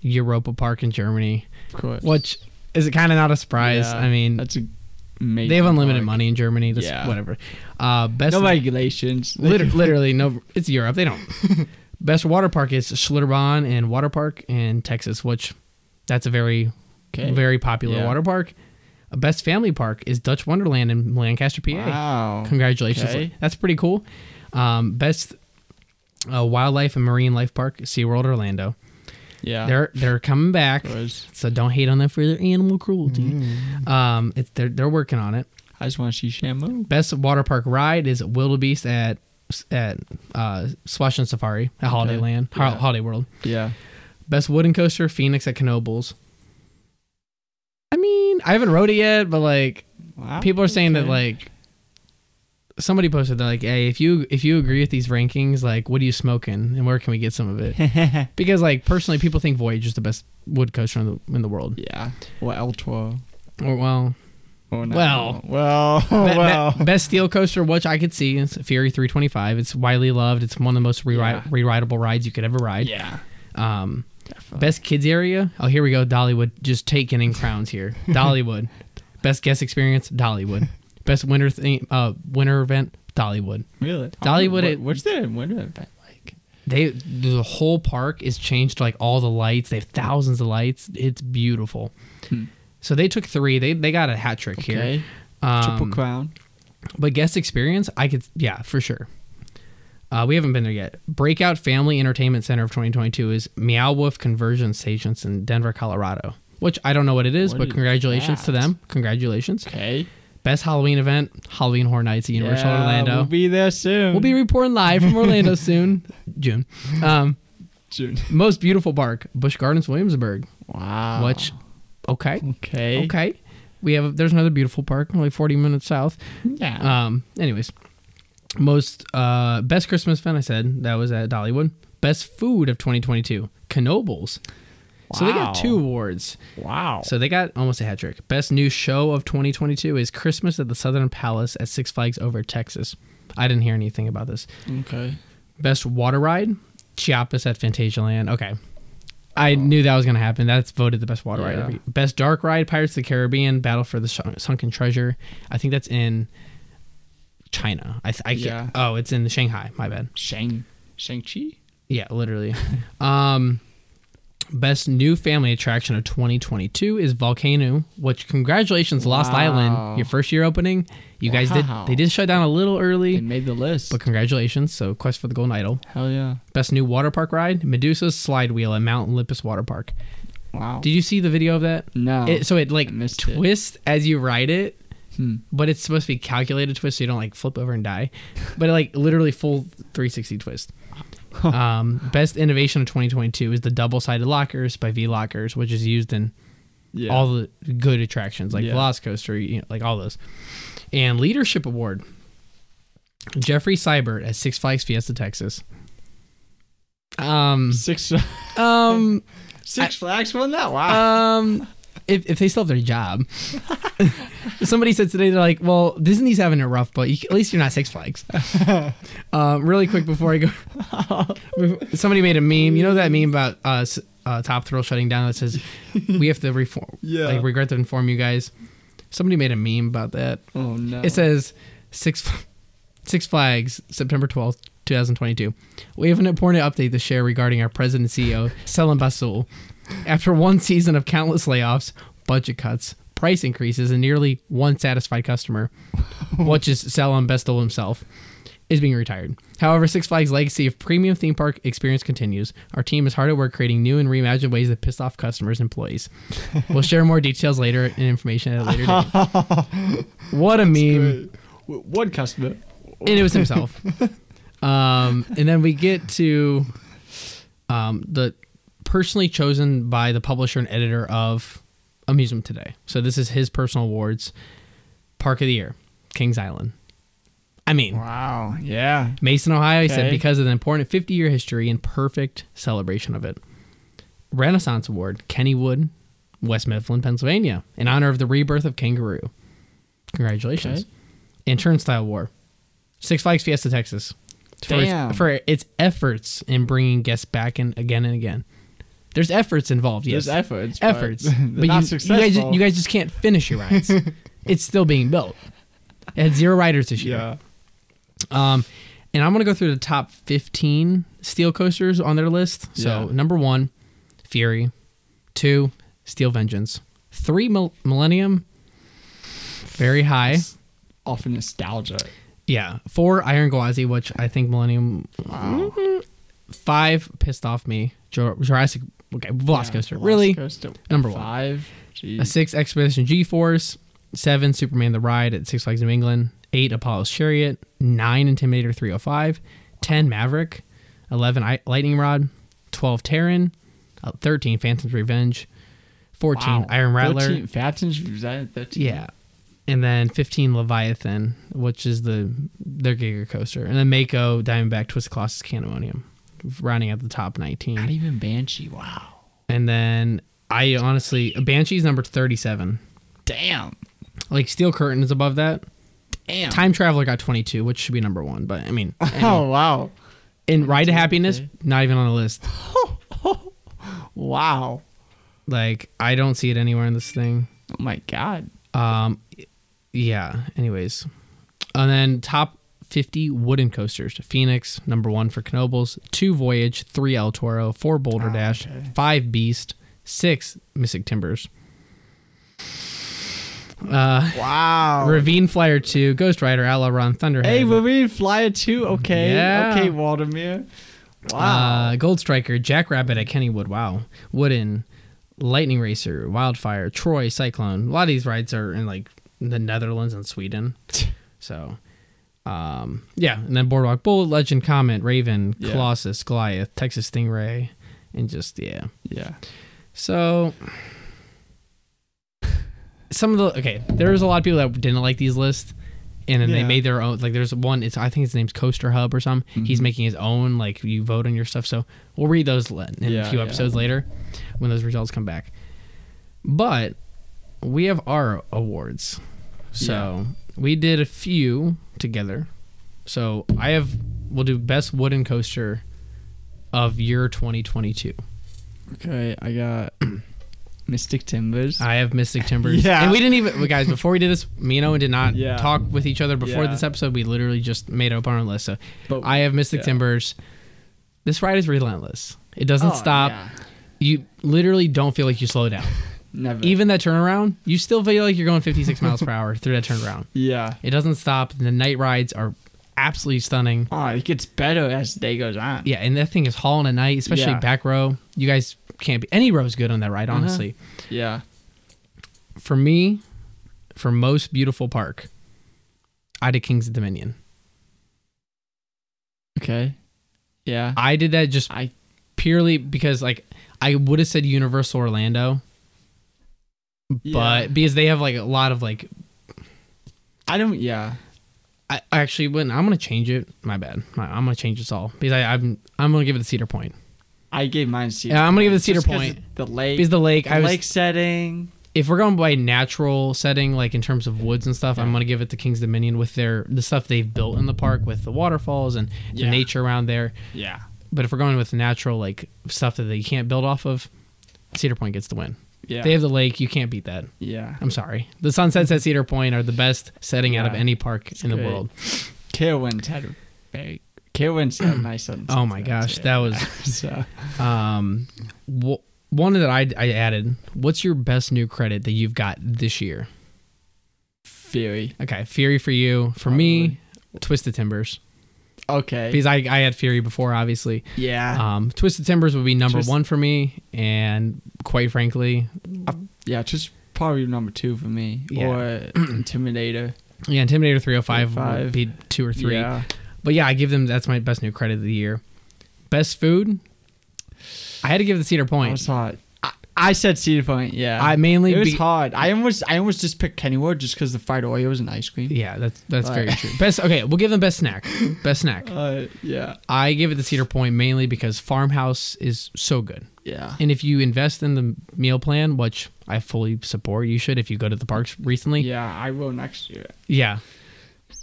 Europa Park in Germany,
Of course.
which is kind of not a surprise.
Yeah,
I mean,
that's a amazing.
they have unlimited
park.
money in Germany. That's
Yeah.
whatever. Uh, best
No regulations.
Liter- literally no it's europe they don't
[laughs]
best water park is schlitterbahn and water park in texas which that's a very
Okay.
very popular
Yeah.
water park Uh, best family park is dutch wonderland in lancaster pa
Wow.
congratulations
Okay.
that's pretty cool um, best uh, wildlife and marine life park seaworld orlando
Yeah.
they're they're coming back
Course.
so don't hate on them for their animal cruelty
Mm.
um, it's, they're, they're working on it
I just want to see Shamu.
best water park ride is Wildebeest at at uh, Swash and Safari at Holiday
Okay.
Land, Ho-
Yeah.
Holiday World.
Yeah.
Best wooden coaster, Phoenix at Knoebels. I mean, I haven't rode it yet, but like
Wow.
people are saying that
okay.
like somebody posted they're like, "Hey, if you if you agree with these rankings, like, what are you smoking, and where can we get some of
[laughs]
it?" because like personally, people think Voyage is the best wood coaster in the in the world.
Yeah. Well, El Toro.
Or well,
Oh, no.
Well. [laughs]
Well.
Be- be-
well.
best steel coaster which I could see is Fury 325. It's widely loved. It's one of the most re-
Yeah.
re-rideable rides you could ever ride.
yeah.
Um, best kids area. Oh, here we go. Dollywood just taking in crowns
[laughs]
here. Dollywood. best guest experience. Dollywood. best winter thing. Uh, winter event. Dollywood.
Really?
Dollywood-
What, what's their winter event like?
They the whole park is changed to like all the lights. They have thousands of lights. It's beautiful. So they took three. They they got a hat trick
Hmm. Okay.
here. Um,
Triple Crown.
But guest experience, I could, yeah, for sure. Uh, we haven't been there yet. Breakout Family Entertainment Center of 2022 is Meow Wolf Conversion Stations in Denver, Colorado, which I don't know what it is,
What
but
is
congratulations to
that?
them. Congratulations.
Okay.
Best Halloween event, Halloween Horror Nights at Universal
Yeah,
Orlando.
We'll be there soon.
we'll be reporting live from Orlando soon, June. Um,
[laughs] June.
most beautiful park, Busch Gardens, Williamsburg,
Wow.
which, okay,
Okay.
okay. We have, there's another beautiful park, only 40 minutes south.
Yeah.
Um. Anyways, most uh best Christmas event I said that was at Dollywood. Best food of 2022, Knobles. So they
Wow.
got two awards.
wow.
So they got almost a hat trick. Best new show of 2022 is Christmas at the Southern Palace at Six Flags Over Texas. I didn't hear anything about this.
okay.
Best water ride, Chiapas at Fantasialand. Okay. I knew that was going to happen. That's voted the best water ride.
Yeah.
every- Best dark ride, Pirates of the Caribbean, Battle for the Sun- Sunken Treasure. I think that's in China. I, th- I
Yeah.
can't, oh, it's in Shanghai. My bad.
Shang Shang Chi.
Yeah, literally. [laughs] um, best new family attraction of 2022 is Volcano. Which congratulations, Lost
Wow.
Island, your first year opening. You guys did.
Wow.
They did shut down a little
They
early,
made the list.
but congratulations. So Quest for the Golden Idol.
Hell yeah.
Best new water park ride: Medusa's Slide Wheel at Mount Olympus Water Park.
Wow.
Did you see the video of that?
no.
It, so it like
I missed it. Hmm.
twists as you ride it, but it's supposed to be calculated twist, so you don't like flip over and die. But like literally full 360 twist. um, best innovation of 2022 is the double-sided lockers by V Lockers, which is used in
yeah.
all the good attractions like
Yeah.
Velocicoaster, you know, like all those. And leadership award, Jeffrey Seibert at Six Flags Fiesta Texas. Um,
six [laughs]
um,
Six Flags won that. Wow.
um, if, if they still have their job, [laughs] somebody said today they're like, "Well, Disney's having it rough, but you, at least you're not Six Flags." um, really quick before I go, somebody made a meme. You know that meme about uh, s- uh, Top Thrill shutting down that says, "We have to reform."
Yeah.
like regret to inform you guys. Somebody made a meme about that.
oh no.
It says six F- Six Flags, September twelfth, two thousand twenty-two. We have an important update to share regarding our president E and CEO, Selim Basul. After one season of countless layoffs, budget cuts, price increases, and nearly one satisfied customer, which is Selim Bestel himself, is being retired. However, Six Flags' legacy of premium theme park experience continues. Our team is hard at work creating new and reimagined ways that piss off customers and employees. We'll share more details later and information at a later date. What a meme
Wait, w- one customer.
and it was himself. um, and then we get to um, the personally chosen by the publisher and editor of Amusement Today. So this is his personal awards. Park of the Year, Kings Island. I mean,
Wow. Yeah.
Mason, Ohio, he said,
Okay.
because of the important 50 year history and perfect celebration of it. Renaissance Award, Kennywood, West Mifflin, Pennsylvania, in honor of the rebirth of Kangaroo. Congratulations.
Okay.
And Turnstile War, Six Flags Fiesta, Texas. For
Damn.
Its, for its efforts in bringing guests back in again and again. There's efforts involved, yes.
There's efforts. but
efforts.
[laughs] they're
but you,
not
you, guys,
successful.
you guys just can't finish your
[laughs]
rides. it's still being built. It had zero riders this year.
Yeah.
Um, and I'm gonna go through the top 15 steel coasters on their list. So
Yeah.
number one, Fury. Two, Steel Vengeance. Three, Mil- Millennium. Very high.
Often nostalgia.
Yeah. Four, Iron Gwazi, which I think Millennium. uh,
Wow.
Five, pissed off me. Jur- Jurassic. Okay, Velocicoaster.
Yeah,
really.
Velocicoaster.
Number one.
Five.
A
Jeez.
six, Expedition G Force. Seven, Superman the Ride at Six Flags New England. Eight, Apollo's Chariot. Nine, Intimidator 305. Ten, Maverick. Eleven, I- Lightning Rod. Twelve, Terran. Uh, Thirteen, Phantom's Revenge. Fourteen,
Wow.
Iron Rattler.
13, Fatson's- was that 13?
Yeah. and then 15 Leviathan, which is the their Giga coaster, and then Mako, Diamondback, Twisted Colossus, Candemonium, rounding out the top 19.
Not even Banshee. Wow.
And then I honestly, Banshee's number 37.
Damn.
Like Steel Curtain is above that.
Damn.
Time Traveler got 22, which should be number one, but I mean,
Oh wow.
and Ride to Happiness, not even on the list.
Wow.
Like I don't see it anywhere in this thing.
Oh my god.
Um, yeah. Anyways, and then top fifty wooden coasters: Phoenix, number one for Knobles, two Voyage, three El Toro, four Boulder Dash, five Beast, six Mystic Timbers,
Wow.
Ravine Flyer two, Ghost Rider, Outlaw Run, Thunderhead,
Oh, Hey, Marine Flyer 2. Okay.
Yeah.
Okay, Waldermere. Wow.
uh, Gold Striker, Jackrabbit at Kennywood. Wow, Wooden, Lightning Racer, Wildfire, Troy, Cyclone. A lot of these rides are in like the Netherlands and
[laughs]
Sweden. So, um, yeah, and then Boardwalk Bull, Legend, Comet, Raven,
Yeah.
Colossus, Goliath, Texas Stingray, and just yeah.
yeah.
So. Some of the okay, there was a lot of people that didn't like these lists, and then they
Yeah.
made their own. Like, there's one. It's I think his name's Coaster Hub or something.
Mm-hmm.
He's making his own. Like, you vote on your stuff. So we'll read those le- in a
Yeah,
few
yeah.
episodes later when those results come back. But we have our awards, so we did a few together. So I have. We'll do best wooden coaster of year 2022.
Okay, I got [clears throat] Mystic Timbers.
I have Mystic Timbers.
[laughs] Yeah.
And we didn't even, well, guys, before we did this, me and Owen did not
Yeah.
talk with each other before
Yeah.
this episode. We literally just made up our own list. So
But-
I have Mystic
yeah.
Timbers. This ride is relentless. It doesn't
Oh,
stop.
yeah.
You literally don't feel like you slow
[laughs]
down.
Never.
Even that turnaround, you still feel like you're going 56 miles per hour through that turnaround.
yeah.
It doesn't stop. The night rides are absolutely stunning.
Oh, it gets better as the day goes on.
Yeah, and that thing is hauling at night, especially
Yeah.
back row. You guys can't be any row's good on that
Uh-huh.
ride, honestly.
Yeah.
for me, for most beautiful park, I did Kings of Dominion.
Okay. Yeah.
I did that just
I
purely because like I would have said Universal Orlando, but because they have like a lot of like
I don't. Yeah.
I I actually wouldn't. I'm gonna change it. My bad. My, I'm gonna change this all because I, I'm I'm gonna give it the Cedar Point.
I gave mine Cedar.
Yeah, I'm gonna give it
Just
Cedar
'cause
Point.
of The lake.
Because the lake,
the
I was
lake setting.
if we're going by natural setting, like in terms of woods and stuff, I'm gonna give it to Kings Dominion with their the stuff they've built in the park with the waterfalls and the
Yeah.
nature around there.
Yeah.
But if we're going with natural like stuff that they can't build off of, Cedar Point gets the win.
Yeah.
They have the lake. You can't beat that.
yeah.
I'm sorry. The sunsets at Cedar Point are the best setting out of
Yeah.
any park in the
great.
world.
Carowinds had a very.
[clears throat]
Carowinds had nice sunsets.
Oh my gosh, that was
So,
um, w- one that I, I added. What's your best new credit that you've got this year?
Fury.
Okay, Fury for you. For me, Twisted Timbers
Okay.
because I I had Fury before, obviously.
yeah.
Um, Twisted Timbers would be number
Ah. Twist-
one for me, and quite frankly,
yeah. Just probably number two for me.
Yeah.
Or
[clears throat]
Intimidator.
yeah, Intimidator 305 would
oh Five.
be two or three.
Yeah.
But yeah, I give them that's my best new credit of the year. Best food, I had to give the Cedar
I
Point.
was hot. I, I said Cedar Point. Yeah.
I mainly
It was
be-
hard. I almost I almost just picked Kennywood just because the fried Oreos and ice cream.
Yeah, that's that's very
Alright.
true. Best okay, we'll give them best
[laughs]
snack. Best snack.
Uh, yeah.
I give it the Cedar Point mainly because Farmhouse is so good.
Yeah.
And if you invest in the meal plan, which I fully support, you should if you go to the parks recently. Yeah.
Yeah. I will next year.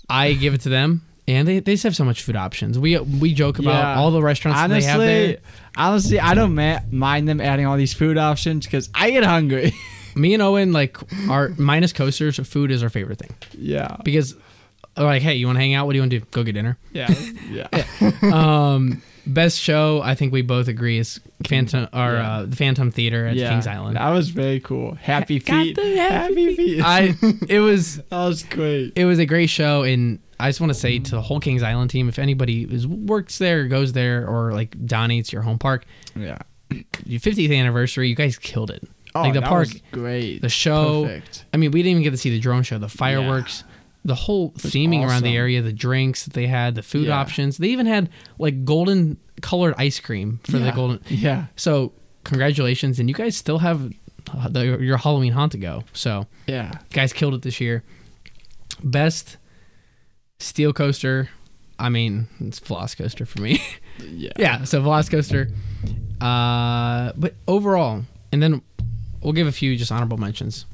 I give it to them. And they, they just have so much food options. We we joke about
Yeah.
all the restaurants that they have there.
Honestly, honestly, I don't ma- mind them adding all these food options because I get hungry. [laughs]
Me and Owen like our minus coasters, food is our favorite thing.
yeah.
because like hey you want to hang out what do you want to do go get dinner
Yeah. Yeah.
um best show i think we both agree is phantom or uh, the phantom theater at
yeah.
kings island
That was very cool. Happy
Got
feet.
the happy
Happy feet.
[laughs] i it was
[laughs] that was great.
it was a great show and i just want to say to the whole kings island team if anybody is works there goes there or like donnie it's your home park
Yeah.
your 50th anniversary you guys killed it
Oh,
like the
that
park
was great.
the show
Perfect.
i mean we didn't even get to see the drone show the fireworks the whole theming around the
awesome.
area the drinks that they had the food
Yeah.
options they even had like golden colored ice cream for the
Yeah.
golden
[laughs] Yeah.
so congratulations and you guys still have uh, the, your halloween haunt to go so
Yeah.
you guys killed it this year Best steel coaster. I mean, it's Velocicoaster for me. [laughs]
Yeah.
yeah, so Velocicoaster. Uh, but overall, and then we'll give a few just honorable mentions.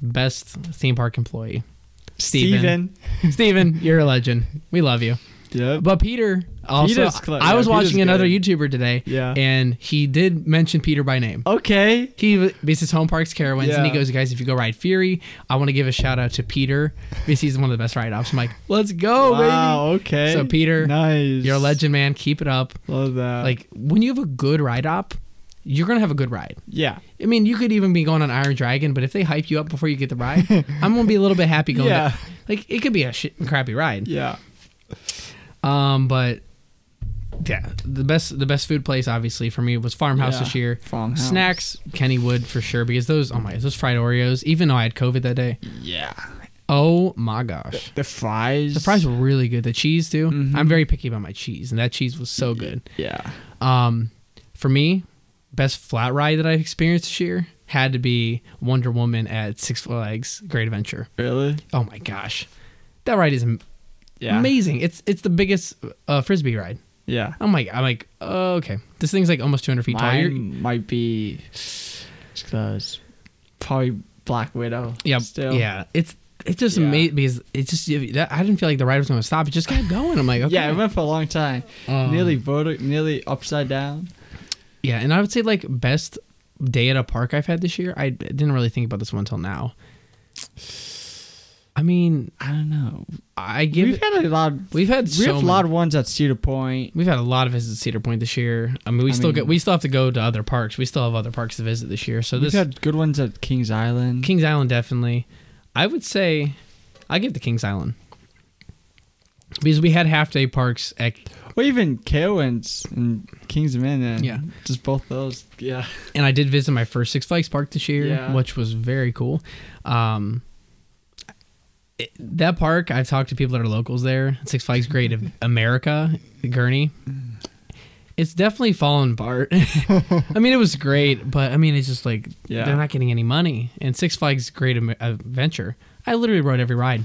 Best theme park employee. [laughs] Steven.
Steven.
Steven, you're a legend. We love you.
Yep.
But Peter also
Peter's cl-
I
yeah,
was
Peter's
watching another
good.
YouTuber today
Yeah.
and he did mention Peter by name.
okay.
He bases home parks Carowinds, and he
Yeah.
goes, "Guys, if you go ride Fury, I want to give a shout out to Peter because he's one of the best ride ops." I'm like, "Let's go,
wow.
baby!"
Okay.
So, Peter,
nice.
You're a legend, man. Keep it up.
Love that.
Uh, Like when you have a good ride op, you're gonna have a good ride.
yeah.
I mean, you could even be going on Iron Dragon, but if they hype you up before you get the
[laughs]
ride, I'm gonna be a little bit happy going.
Yeah.
To, like it could be a shit, crappy ride.
Yeah.
Um, but yeah, the best the best food place obviously for me was Farmhouse
Yeah,
this year.
Farmhouse.
Snacks, Kennywood for sure because those oh my those fried Oreos. Even though I had COVID that day,
Yeah.
oh my gosh,
The fries.
the fries were really good. The cheese too. I'm very picky about my cheese, and that cheese was so good.
Mm-hmm. Yeah.
Um, for me, best flat ride that I experienced this year had to be Wonder Woman at Six Flags Great Adventure.
Really?
Oh my gosh, that ride is am-
Yeah.
amazing. It's it's the biggest uh, frisbee ride.
Yeah.
I'm like, I'm like, oh, okay. This thing's like almost 200 feet tall. You're-
Mine might be it's close. Probably Black Widow.
Yeah,
Still.
yeah. It's it's just
Yeah.
amazing because it just that, I didn't feel like the ride was going to stop. It just kept going. I'm like, okay.
[laughs] Yeah, it went for a long time.
Um,
nearly vertic, nearly upside down.
Yeah, and I would say like best day at a park I've had this year. I didn't really think about this one until now. I mean,
I don't know.
I give
We've
it-
had a lot.
we've had
We
so
have a lot
many-
of ones at Cedar Point.
We've had a lot of visits to Cedar Point this year. I mean, we
I
still
mean-
get we still have to go to other parks. We still have other parks to visit this year. So
We've
this
had good ones at Kings Island.
Kings Island definitely. I would say I give the Kings Island because we had half day parks at,
or even Carowinds and Kings Men. And
Yeah.
just both those. Yeah,
and I did visit my first Six Flags park this year,
Yeah.
which was very cool. Um, it- that park, I've talked to people that are locals there. Six Flags Great
[laughs]
Am- America, Gurney. It's definitely fallen
[laughs]
apart. I mean, it was great, but I mean, it's just like
Yeah.
they're not getting any money. And Six Flags Great Am- Adventure, I literally rode every ride.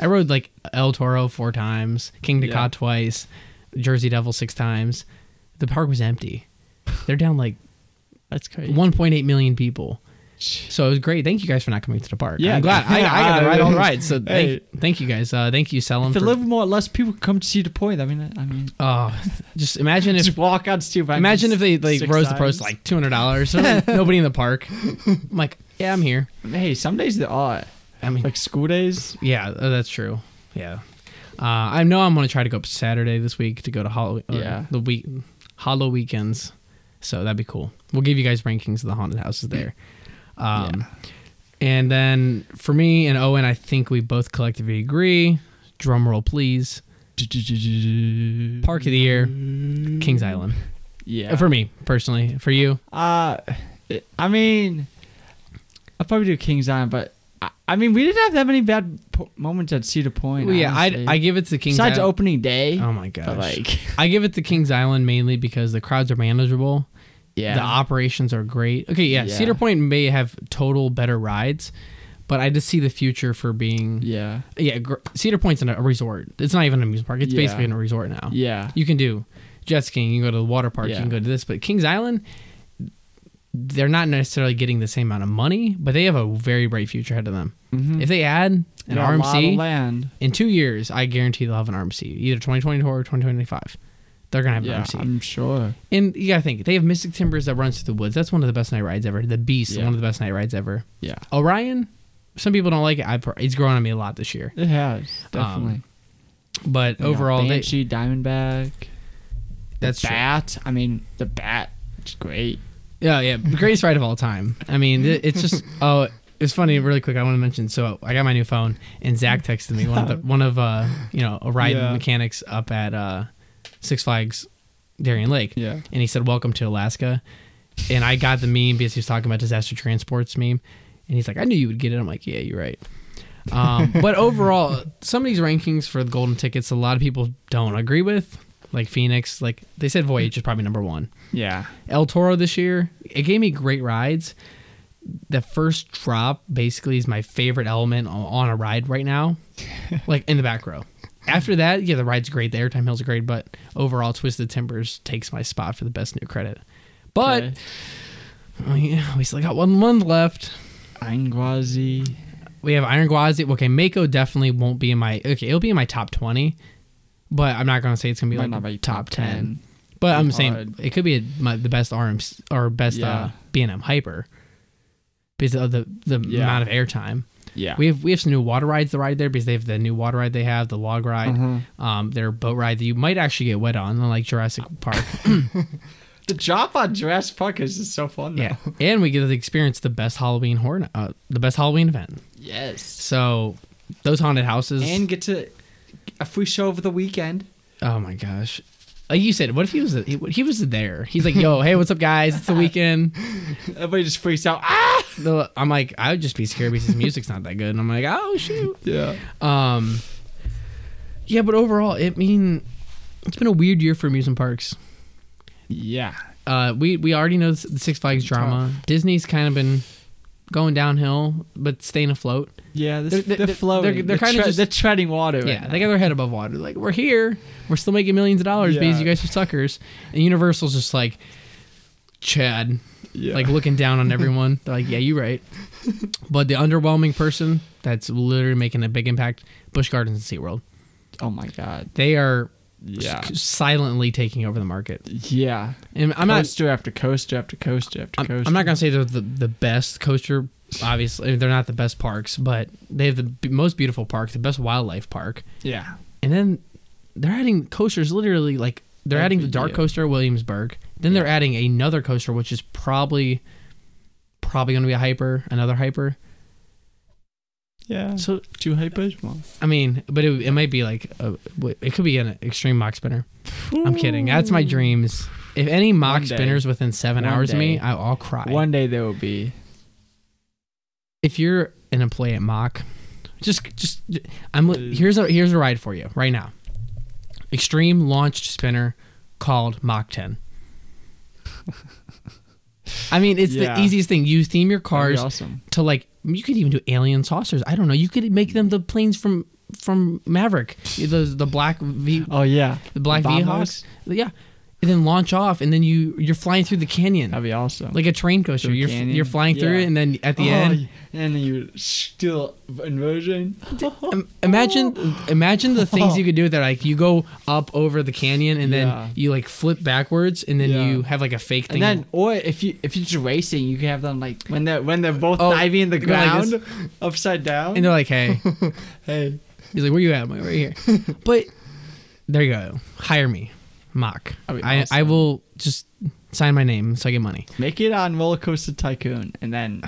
I rode like El Toro four times, King Dakot
Yeah.
twice, Jersey Devil six times. The park was empty. They're down like
that's crazy.
1.8 million people. So it was great. Thank you guys for not coming to the park.
Yeah.
I'm glad I, I got to
Yeah.
ride all
[laughs]
the rides. So
Hey.
thank, thank you guys. Uh, thank you, Selim.
If
For,
it live more, less people come to Cedar Point. I mean, I mean,
oh, just imagine if
[laughs] just walk out Cedar Point.
imagine if they like
six
rose the price
times.
to, like two hundred dollars.
[laughs]
nobody in the park. I'm like, yeah, I'm here.
Hey, some days there are
I mean,
like school days.
yeah, uh, that's true. Yeah, uh, I know I'm gonna try to go up Saturday this week to go to Hollow. Uh,
Yeah.
the week Hollow weekends. So that'd be cool. We'll give you guys rankings of the haunted houses
[laughs]
there. Um, And then for me and Owen, I think we both collectively agree. Drum roll, please. Park of the year, Kings Island. Uh,
Yeah,
For me personally, for you,
Uh, it- I mean, I'll probably do Kings Island, but I, I mean, we didn't have that many bad po- moments at Cedar Point.
well, yeah, I
honestly.
I give it to Kings.
Besides
Island.
opening day.
Oh my gosh!
But like,
I give it to Kings Island mainly because the crowds are manageable.
yeah.
The operations are great. Okay, yeah,
Yeah.
Cedar Point may have total better rides, but I just see the future for being yeah.
yeah.
gr- Cedar Point's in a resort. It's not even an amusement park. It's
Yeah.
basically in a resort now.
Yeah.
you can do jet skiing, you can go to the water park, you
Yeah.
can go to this, but Kings Island, they're not necessarily getting the same amount of money, but they have a very bright future ahead of them. If they add an
You got Mm-hmm. a lot of
RMC
land.
in two years, I guarantee they'll have an RMC either 2024 or 2025. They're gonna have
Yeah,
an RMC,
I'm sure.
and you gotta think they have Mystic Timbers that runs through the woods. That's one of the best night rides ever. The Beast,
Yeah.
one of the best night rides ever.
Yeah.
Orion, some people don't like it. I, pr- it's grown on me a lot this year,
It has definitely.
but
You got
Um, overall, they,
Banshee, Diamondback,
that's
the
true.
bat. I mean, the bat. It's great.
Yeah, yeah, the greatest ride of all time. I mean, it- it's
[laughs]
just oh, it's funny. Really quick, I want to mention. So I got my new phone, and Zach texted me one of
[laughs]
the, one of uh you know a ride
Yeah.
mechanics up at uh Six Flags Darien Lake.
Yeah.
and he said, "Welcome to Alaska," and I got the meme because he was talking about disaster transports meme, and he's like, "I knew you would get it." I'm like, "Yeah, you're right." Um, but overall, some of these rankings for the golden tickets, a lot of people don't agree with. Like Phoenix, like they said, Voyage is probably number one.
Yeah.
El Toro this year. It gave me great rides. the first drop basically is my favorite element o- on a ride right
[laughs]
now, like in the back row. After that, yeah, the ride's great. The airtime hill's great, but overall, Twisted Timbers takes my spot for the best new credit. But [laughs]
Okay.
we, we still got one month left.
Angwazi.
We have Iron Gwazi. Okay, Mako definitely won't be in my. Okay, it'll be in my top twenty, but I'm not gonna say it's gonna be
Might
like
not be
top
top
ten.
10.
But I'm
Be
saying
hard.
it could be a, my, the best RM or best uh,
Yeah.
B&M Hyper because of the the
Yeah.
amount of airtime.
Yeah.
We have we have some new water rides to ride there because they have the new water ride they have the log ride,
Mm-hmm.
um, their boat ride that you might actually get wet on, unlike Jurassic
[laughs]
Park.
the drop on Jurassic Park is just so fun.
yeah, and we get to experience the best Halloween horror, uh, the best Halloween event.
Yes.
So those haunted houses
And get to a free show over the weekend. [laughs]
Oh my gosh. Like you said, what if he was he, he was there? He's like, yo, hey, what's up, guys?
[laughs]
It's the weekend.
Everybody just freaks out. Ah.
The- I'm like, I would just be scared because his music's not that good. And I'm like, oh shoot.
Yeah.
Um, yeah, but overall, it mean it's been a weird year for amusement parks.
Yeah.
Uh, we we already know the Six Flags drama. Disney's kind of been going downhill, but staying afloat.
Yeah. This,
They're-
they're,
they're- they're-
floating.
they're
They're,
kinda
tre-
just-
they're treading water. right
Yeah,
now.
they got their head above water. Like we're here, we're still making millions of dollars because
Yeah.
you guys are suckers. And Universal's just like, Chad,
Yeah.
like looking down on everyone. They're like, yeah, you
[laughs]
right. But the underwhelming person that's literally making a big impact, Busch Gardens and SeaWorld.
Oh my god.
They are
Yeah.
s- silently taking over the market.
Yeah.
And I'm not
coaster after coaster after coaster after
I'm,
coaster.
I'm not gonna say they're the, the best coaster. Obviously, they're not the best parks, but they have the b- most beautiful park, the best wildlife park,
Yeah.
and then they're adding coasters. Literally, like they're adding the
Every
dark
year.
coaster at Williamsburg. Then they're adding another coaster, which is probably probably gonna be a hyper, another hyper.
Yeah.
So
two hypers.
I mean, but it, it might be like a, it could be an extreme mock spinner. I'm kidding. That's
Mm.
my dreams. If any mock
One day.
spinners within seven
One
hours of me,
day.
I'll, I'll cry.
One day there will be.
If you're an employee at mock, just just I'm
Uh.
here's a here's a ride for you right now. Extreme launched spinner called Mach 10. I mean, it's
Yeah.
the easiest thing. You theme your
That'd
cars
be awesome.
to like you could even do alien saucers. I don't know. You could make them the planes from from Maverick, the the black V
Oh yeah.
the black
Bombers?
Vhawks. Yeah, and then launch off, and then you you're flying through the canyon
That'd be awesome.
like a train coaster.
Through a
You're
canyon?
you're flying through
Yeah.
it, and then at the
Oh,
end,
and then you still inversion.
im- imagine imagine the things you could do. That like you go up over the canyon, and then
Yeah.
you like flip backwards, and then
Yeah.
you have like a fake thing.
And then, or if you if you're just racing, you can have them like when they're when they're both
Oh,
diving in the
go like
ground,
this.
upside down.
and they're like, hey,
hey,
he's like, where you at? I'm like, right
[laughs]
here. But there you go. Hire me, mock.
That'd be
I I
awesome.
will just sign my name so I get money.
make it on Roller Coaster Tycoon, and
[sighs]
then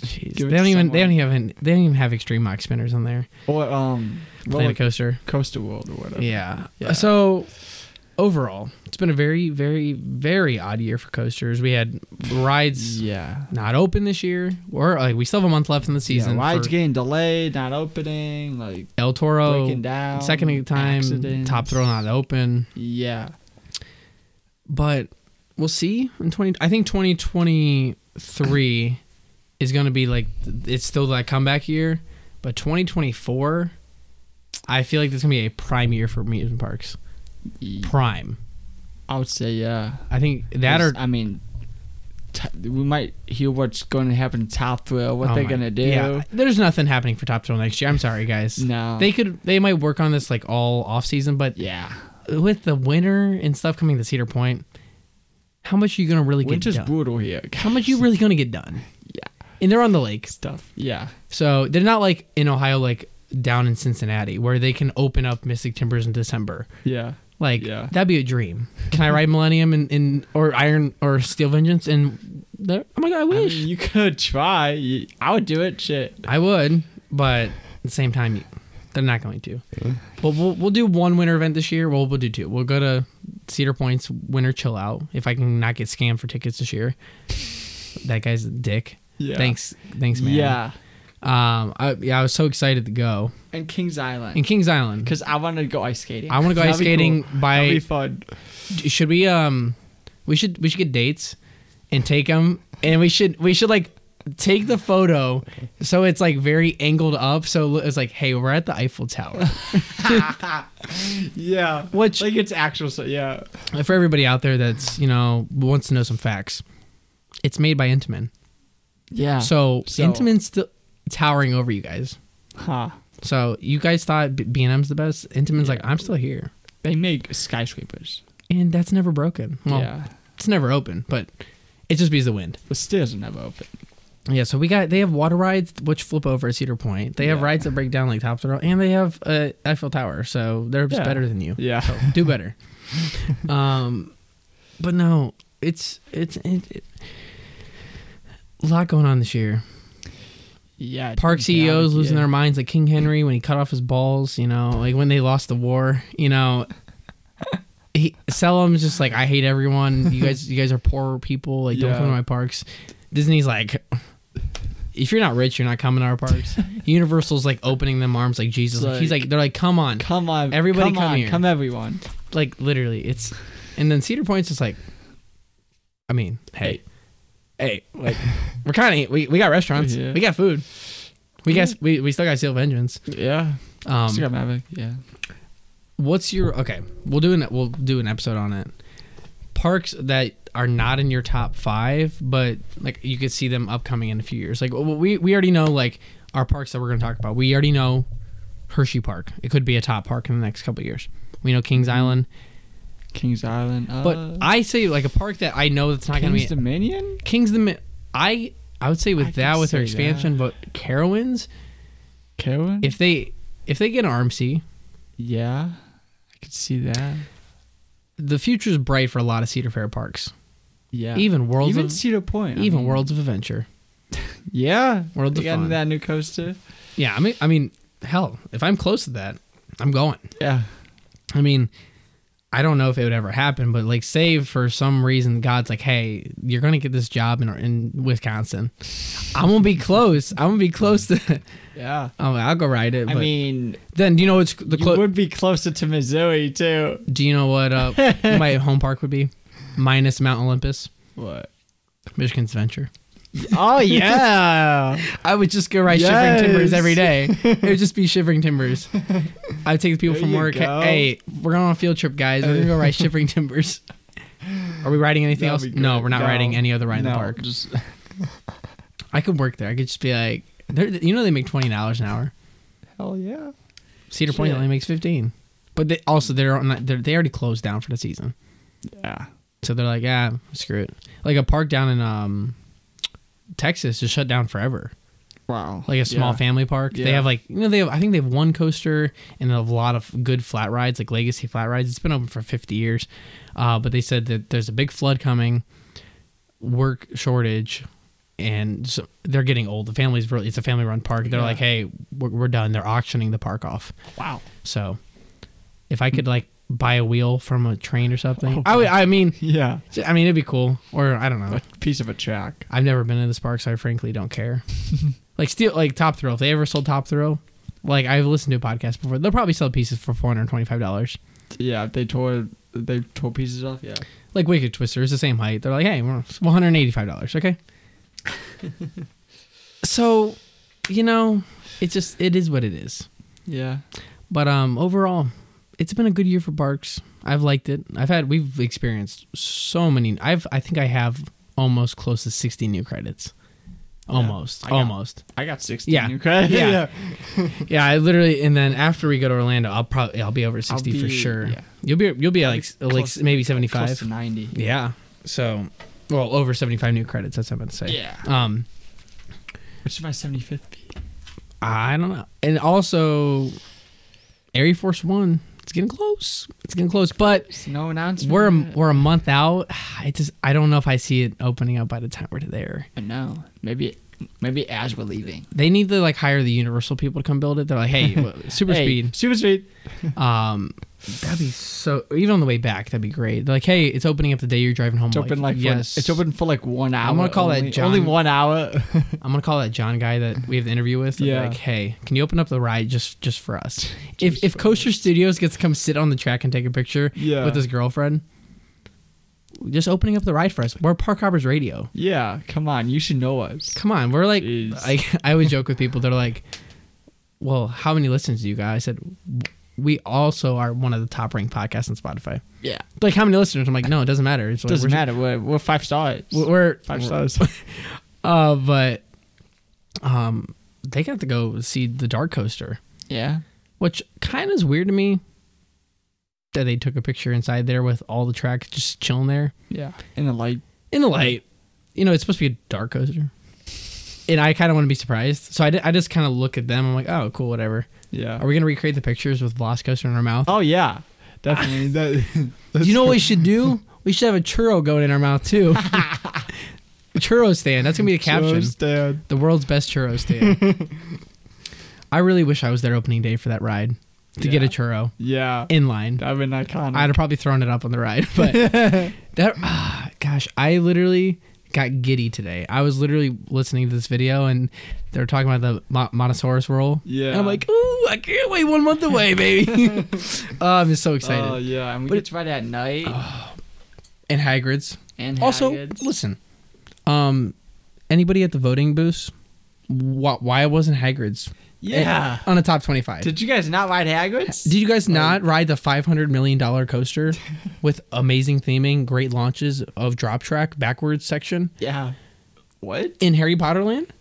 Jeez.
[laughs] Give it
They don't
to
even they don't
someone.
even have they don't even have extreme mock spinners on there.
or um Roller
Planet coaster.
Coaster World or whatever.
Yeah.
Yeah.
So overall, it's been a very, very, very odd year for coasters. We had rides
yeah.
not open this year. Or like we still have a month left in the season.
yeah, rides
for
getting delayed, not opening. Like
El Toro
breaking down,
second time
accidents.
top throw not open.
yeah,
But we'll see in twenty I think twenty twenty three is gonna be like it's still that comeback year. But twenty twenty four I feel like this is gonna be a prime year for amusement parks. Prime.
I would say yeah.
I think that or
Because, I mean, t- we might hear what's going to happen in Top Thrill, what
Oh
they're
my-
going to do.
there's nothing happening for Top Thrill next year. I'm sorry, guys.
No.
They could they might work on this like all off season, but
yeah.
with the winter and stuff coming to Cedar Point, how much are you gonna really
Winter's
get done?
brutal here.
how much you really gonna get done?
Yeah.
And they're on the lake.
Stuff. Yeah.
So they're not like in Ohio like down in Cincinnati where they can open up Mystic Timbers in December.
Yeah.
Like
Yeah.
that'd be a dream. Can I ride Millennium and in or Iron or Steel Vengeance and there oh my god, I
I mean,
wish.
you could try. You- I would do it. Shit.
I would, but at the same time, you- they're not going to. But we'll we'll do one winter event this year. Well, we'll do two. We'll go to Cedar Point's winter chill out if I can not get scammed for tickets this year. That guy's a dick.
Yeah.
Thanks, thanks, man.
Yeah.
Um. I, yeah, I was so excited to go
And Kings Island.
in Kings Island.
Because I want to go ice skating.
I want to go
[laughs] That'd
ice
be
skating
cool. That'd
by.
be fun.
Should we um, we should we should get dates, and take them, and we should we should like take the photo so it's like very angled up. So it's like, hey, we're at the Eiffel Tower.
Yeah.
Which-
like it's actual. So yeah.
for everybody out there that's you know wants to know some facts, it's made by Intamin.
Yeah.
So,
Ah. So-
Intamin's still towering over you guys.
Huh.
So you guys thought B and M's the best. Intamin's like, I'm still here,
They make skyscrapers.
and that's never broken. Well,
Yeah.
it's never open, but it just beats the wind.
The stairs are never open.
Yeah. So we got they have water rides which flip over at Cedar Point. They have
Yeah.
rides that break down like Top Turtle, and they have uh, Eiffel Tower. So they're just
Yeah.
better than you.
Yeah.
So do better. um, but no, it's it's it, it, a lot going on this year.
Yeah.
Park CEOs losing
yeah.
their minds, like King Henry when he cut off his balls. You know, like when they lost the war. You know, he Selim's just like I hate everyone. You guys, you guys are poor people. Like don't
Yeah.
come to my parks. Disney's like. If you're not rich, you're not coming to our
[laughs]
parks. Universal's like opening them arms like Jesus. Like, he's
Like-
like, they're like, come on,
Come on,
Everybody
come,
come
on,
here.
come everyone.
like literally it's and then cedar point's just like i mean hey hey like we're kind of we, we got restaurants
Yeah.
we got food we guess we, we still got seal vengeance
Yeah,
um
Still got Maverick. Yeah,
what's your okay we'll do an we'll do an episode on it parks that are not in your top five but like you could see them upcoming in a few years like well, we we already know like our parks that we're going to talk about we already know hershey park it could be a top park in the next couple of years we know kings
Mm-hmm.
island
Kings Island. Uh,
but I say like a park that I know that's not going to be
Kings Dominion.
Kings the Mi- I I would say
I
with that
could
with their
say
expansion, but Carowinds
Carowin.
if they if they get an RMC,
yeah, I could see that.
the future's bright for a lot of Cedar Fair parks.
Yeah,
Even Worlds
even
of
Cedar Point. I
even
mean,
Worlds of Adventure.
Yeah,
Worlds
they
of
got
Fun.
that new coaster.
Yeah, I mean I mean hell, if I'm close to that, I'm going.
Yeah,
I mean, I don't know if it would ever happen, but like, save for some reason, God's like, hey, you're gonna get this job in in Wisconsin. I'm gonna be close. I'm gonna be close to. [laughs]
yeah.
Oh, I'll go ride it.
I
but
mean,
then do you know it's the
you
clo-
would be closer to Missouri too.
Do you know what
[laughs]
uh, my home park would be? Minus Mount Olympus,
What?
Michigan's Venture. [laughs]
Oh yeah.
I would just go ride
Yes.
Shivering Timbers every day. It would just
[laughs]
be Shivering Timbers. I'd take the people
There
from
you
work.
go.
Hey, we're going on a field trip, guys. We're gonna
[laughs]
go ride Shivering Timbers. Are we riding anything else?
That'd be
No,
good.
we're not
No.
riding any other ride in the
No,
park. [laughs]
Just
I could work there. I could just be like, they're- you know, they make twenty dollars an hour.
hell yeah.
Cedar Point
Shit.
only makes fifteen. But they also they're, not, they're they already closed down for the season.
Yeah.
So they're like, yeah, screw it. Like a park down in um, Texas is shut down forever.
Wow.
Like a small
Yeah.
family park. They
Yeah.
have like you know they have I think they have one coaster and a lot of good flat rides like legacy flat rides. It's been open for fifty years, uh, but they said that there's a big flood coming, work shortage, and so they're getting old. The family's really it's a family run park. They're
Yeah.
like, hey, we're, we're done. They're auctioning the park off.
Wow.
So if I could like buy a wheel from a train or
Oh
something, I would. I mean.
Yeah.
I mean, it'd be cool, or I don't know.
A piece of a track.
I've never been to this park, so I frankly don't care. like, steal like Top Thrill. If they ever sold Top Thrill, like I've listened to a podcast before, they'll probably sell pieces for four hundred twenty-five dollars.
Yeah, if they tore they tore pieces off. Yeah,
Like Wicked Twister is the same height. They're like, hey, we're one hundred eighty-five dollars. Okay. so, you know, it's just it is what it is.
yeah,
But um, overall, it's been a good year for Barks. I've liked it. I've had we've experienced so many. I've I think I have almost close to sixty new credits. Almost,
I got-
almost.
I got sixteen.
Yeah.
you credit. [laughs]
Yeah. Yeah, I literally. And then after we go to Orlando, I'll probably I'll be over sixty for
be-
sure.
yeah.
You'll be you'll be like
be
like
close-
maybe seventy
close
five.
to ninety.
Yeah. So, well, over seventy five new credits. That's what I meant to say.
Yeah.
Um,
Which is my seventy fifth beat.
I don't know. And also, Air Force One. It's getting close. It's getting close, but
It's no announcement.
we're a,
yet.
we're a month out. [sighs] I just I don't know if I see it opening up by the time we're there.
I know. Maybe maybe as we're leaving.
They need to like hire the Universal people to come build it. They're like, hey,
[laughs]
super
Hey,
speed.
Super speed.
Um, that'd be so. Even on the way back, that'd be great. Like, hey, it's opening up the day you're driving home.
It's open like for-
yes.
it's open for like one hour.
gonna call that
only,
John-
only one hour. [laughs]
I'm gonna call that John guy that we have the interview with. and be
Yeah.
Like, hey, can you open up the ride just just for us?
[laughs]
if if Coaster Studios gets to come sit on the track and take a picture
Yeah.
with his girlfriend, just opening up the ride for us. We're Park Hoppers Radio.
Yeah, come on, you should know us.
Come on, we're like,
Jeez.
like I always joke with people. They're like, "Well, how many listens do you got?" I said, "We also are one of the top ranked podcasts on Spotify."
Yeah,
Like, how many listeners? I'm like, no, it doesn't matter. It's like,
doesn't
we're,
matter. We're, we're five stars.
We're
5
we're-
stars.
Uh, but um, they got to go see the Dark Coaster,
[laughs] yeah,
which kind of is weird to me. That they took a picture inside there with all the tracks just chilling there
yeah. In the light.
in the light. You know, it's supposed to be a dark coaster, and I kind of want to be surprised. So I, di- I just kind of look at them. I'm like, oh, cool, whatever.
Yeah.
Are we gonna recreate the pictures with Velocicoaster in our mouth?
oh yeah,
[laughs]
definitely. that, [laughs] that's-
you know what we should
[laughs]
do? We should have a churro going in our mouth too. [laughs] churro stand. That's gonna be the caption.
Just, uh,
The world's best churro stand.
[laughs]
I really wish I was there opening day for that ride to get a
Yeah.
churro
yeah,
in line.
that would not iconic.
I'd have probably thrown it up on the ride, [laughs] but
[laughs]
that ah, gosh, I literally got giddy today. I was literally listening to this video and they were talking about the Mo- Montosaurus roll.
Yeah.
and I'm like, ooh, I can't wait one month away,
[laughs]
baby. [laughs] oh, I'm just so excited.
Oh yeah, and we
But-
get to ride at night.
and Hagrid's.
and
Also,
Hagrid's.
listen, um, anybody at the voting booths? Why, why wasn't Hagrid's?
yeah.
on a top twenty-five. Did,
Did you guys not ride Hagrid's?
you guys not ride the five hundred million dollar
[laughs]
coaster with amazing theming, great launches of drop track backwards section
yeah.
[laughs]
What?
in Harry Potter land?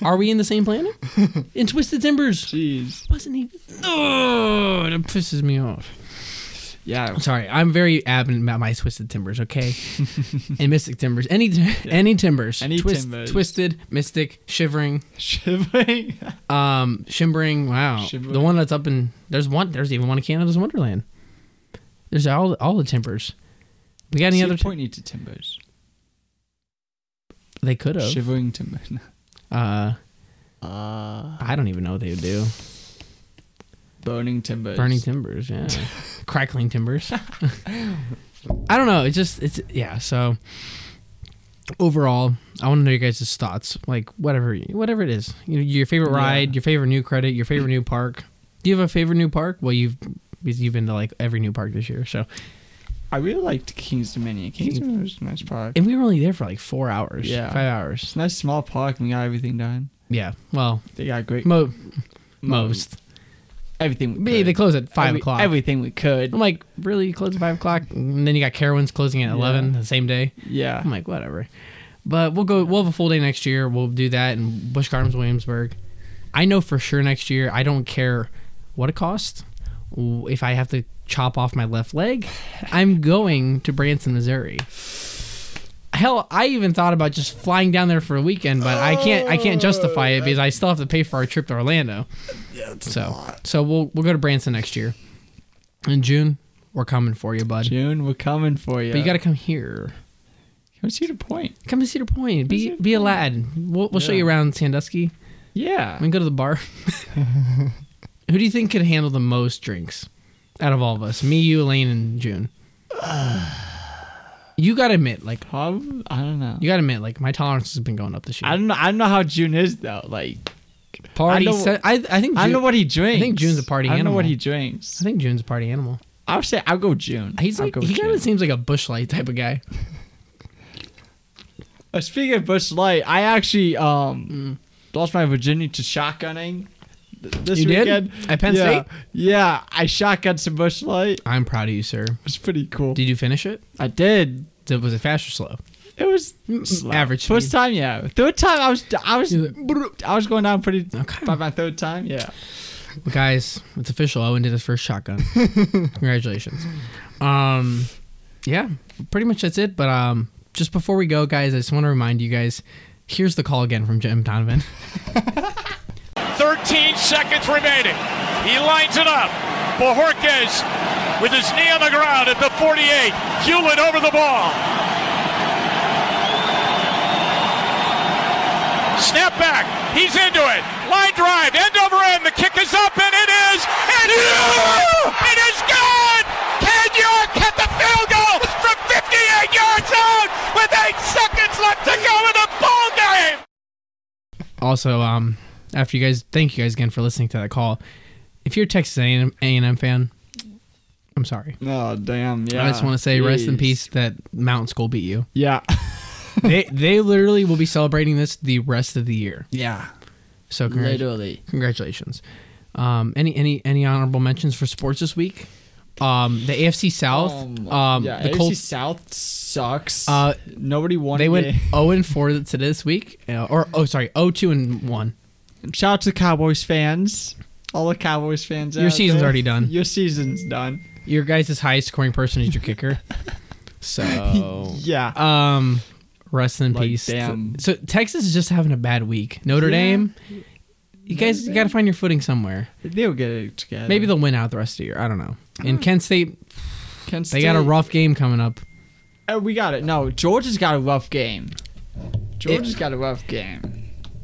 Are we in the same planet? In Twisted Timbers,
Jeez.
wasn't even. Oh, that pisses me off. [laughs]
Yeah.
Sorry, I'm very adamant about my twisted timbers,
[laughs]
okay? and mystic timbers, any any timbers,
Any timbers.
twisted, mystic, shivering,
Shivering.
um, shimmering. Wow, the
Shivering.
one that's up in there's one. There's even one in Canada's Wonderland. There's all all the timbers. We got [laughs] any other? Tim-
point you to timbers?
they could have.
Shivering timbers.
uh,
Uh,
I don't even know what they would do.
[laughs] burning timbers.
Burning timbers,
[laughs]
yeah. Crackling timbers. I don't know. It's just it's yeah. So overall, I want to know your guys' thoughts. Like whatever whatever it is, you know, your favorite
Yeah.
ride, your favorite new credit, your favorite new park. Do you have a favorite new park? Well, you've because you've been to like every new park this year. So
I really liked King's Dominion.
Mm.
King's Dominion was a nice park.
and we were only there for like four hours.
Yeah.
five
It's
hours.
a nice small park and we got everything done.
Yeah. Well,
They got great.
mo- most.
everything. We
Me,
could.
they close at five
Every-
o'clock.
Everything we could.
I'm like, really? You Close at five o'clock? And then you got Carowinds closing at eleven the same day.
Yeah.
I'm like, whatever. But we'll go. We'll have a full day next year. We'll do that in Busch Gardens, Williamsburg. I know for sure next year. I don't care what it costs. w- If I have to chop off my left leg, I'm going to Branson, Missouri. Hell, I even thought about just flying down there for a weekend, but I can't. I can't justify it because I still have to pay for our trip to Orlando. So, so we'll we'll go to Branson next year. In June, we're coming for you, bud.
June, we're coming for you.
But you got to come here.
Come see the point.
Come to Cedar Point. Be
Cedar
be a lad. We'll, we'll show
Yeah.
you around Sandusky.
Yeah.
I mean, go to the
[laughs]
bar. Who do you think could handle the most drinks out of all of us? Me, you, Elaine, and
[sighs]
June. You gotta admit, like
Probably. I don't know.
you gotta admit, like my tolerance has been going up this year.
I don't know. I don't know how June is though. Like,
party.
I
I,
know-
I, I think. June,
I
I,
don't know what he drinks.
June's a party
I don't know what
animal.
he drinks.
think June's a party animal.
I would say I'll go June.
He's
I'll
like
go
he kind
June.
of seems like a bushlight type of guy.
Uh, speaking of Bush Light, I actually um lost my virginity to shotgunning th- this
Mm. You did?
weekend
At Penn
yeah.
State?
Yeah, I shotgunned some Bush Light. It
I'm proud of you, sir.
was pretty cool.
Did you finish it?
I did.
Did- Was it fast or slow?
It was
mm, average
First
speed.
time, yeah. Third time, I was I was
You're
I was going down pretty.
Okay.
By my third time, yeah.
Well, guys, it's official. Owen did his first
[laughs]
shotgun. Congratulations. Um, yeah, pretty much that's it. But um, just before we go, guys, I just want to remind you guys. Here's the call again from Jim Donovan. [laughs]
13 seconds remaining. He lines it up. Bojorquez with his knee on the ground at the 48. Hewlett over the ball. Snap back. He's into it. Line drive. End over end. The kick is up, and it is. And it is good. Ken York hit the field goal from 58 yards out with eight seconds left to go in the ball game.
Also, um, after you guys, thank you guys again for listening to that call. If you're a Texas A&M, A&M fan, I'm sorry.
Oh damn! Yeah.
I just want to say rest in
Jeez.
peace that Mountain School beat
[laughs]
you.
Yeah.
they they literally will be celebrating this the rest of the year.
yeah.
So congra-
[laughs] Literally.
congratulations. Um, any any any honorable mentions for sports this week? Um, the AFC South.
Um,
um,
yeah,
the
AFC
Colts.
South sucks.
Uh,
Nobody won.
They
a
went
game.
0 and 4 to this week, uh, or oh sorry, 0 2 and 1.
Shout out to Cowboys fans. All the Cowboys fans.
Your
out
season's
there.
already done.
Your season's done.
Your guys' highest scoring person is your
[laughs]
kicker. So,
Yeah.
um, rest in
Like,
peace.
damn.
So Texas is just having a bad week. Notre Dame, you guys got to find your footing somewhere.
They'll get it together.
Maybe they'll win out the rest of the year. I don't know. And Kent State,
Kent
they got a
Mm. State-
rough game coming up.
Oh, we got it. No, Georgia's got a rough game. Georgia's got a rough game.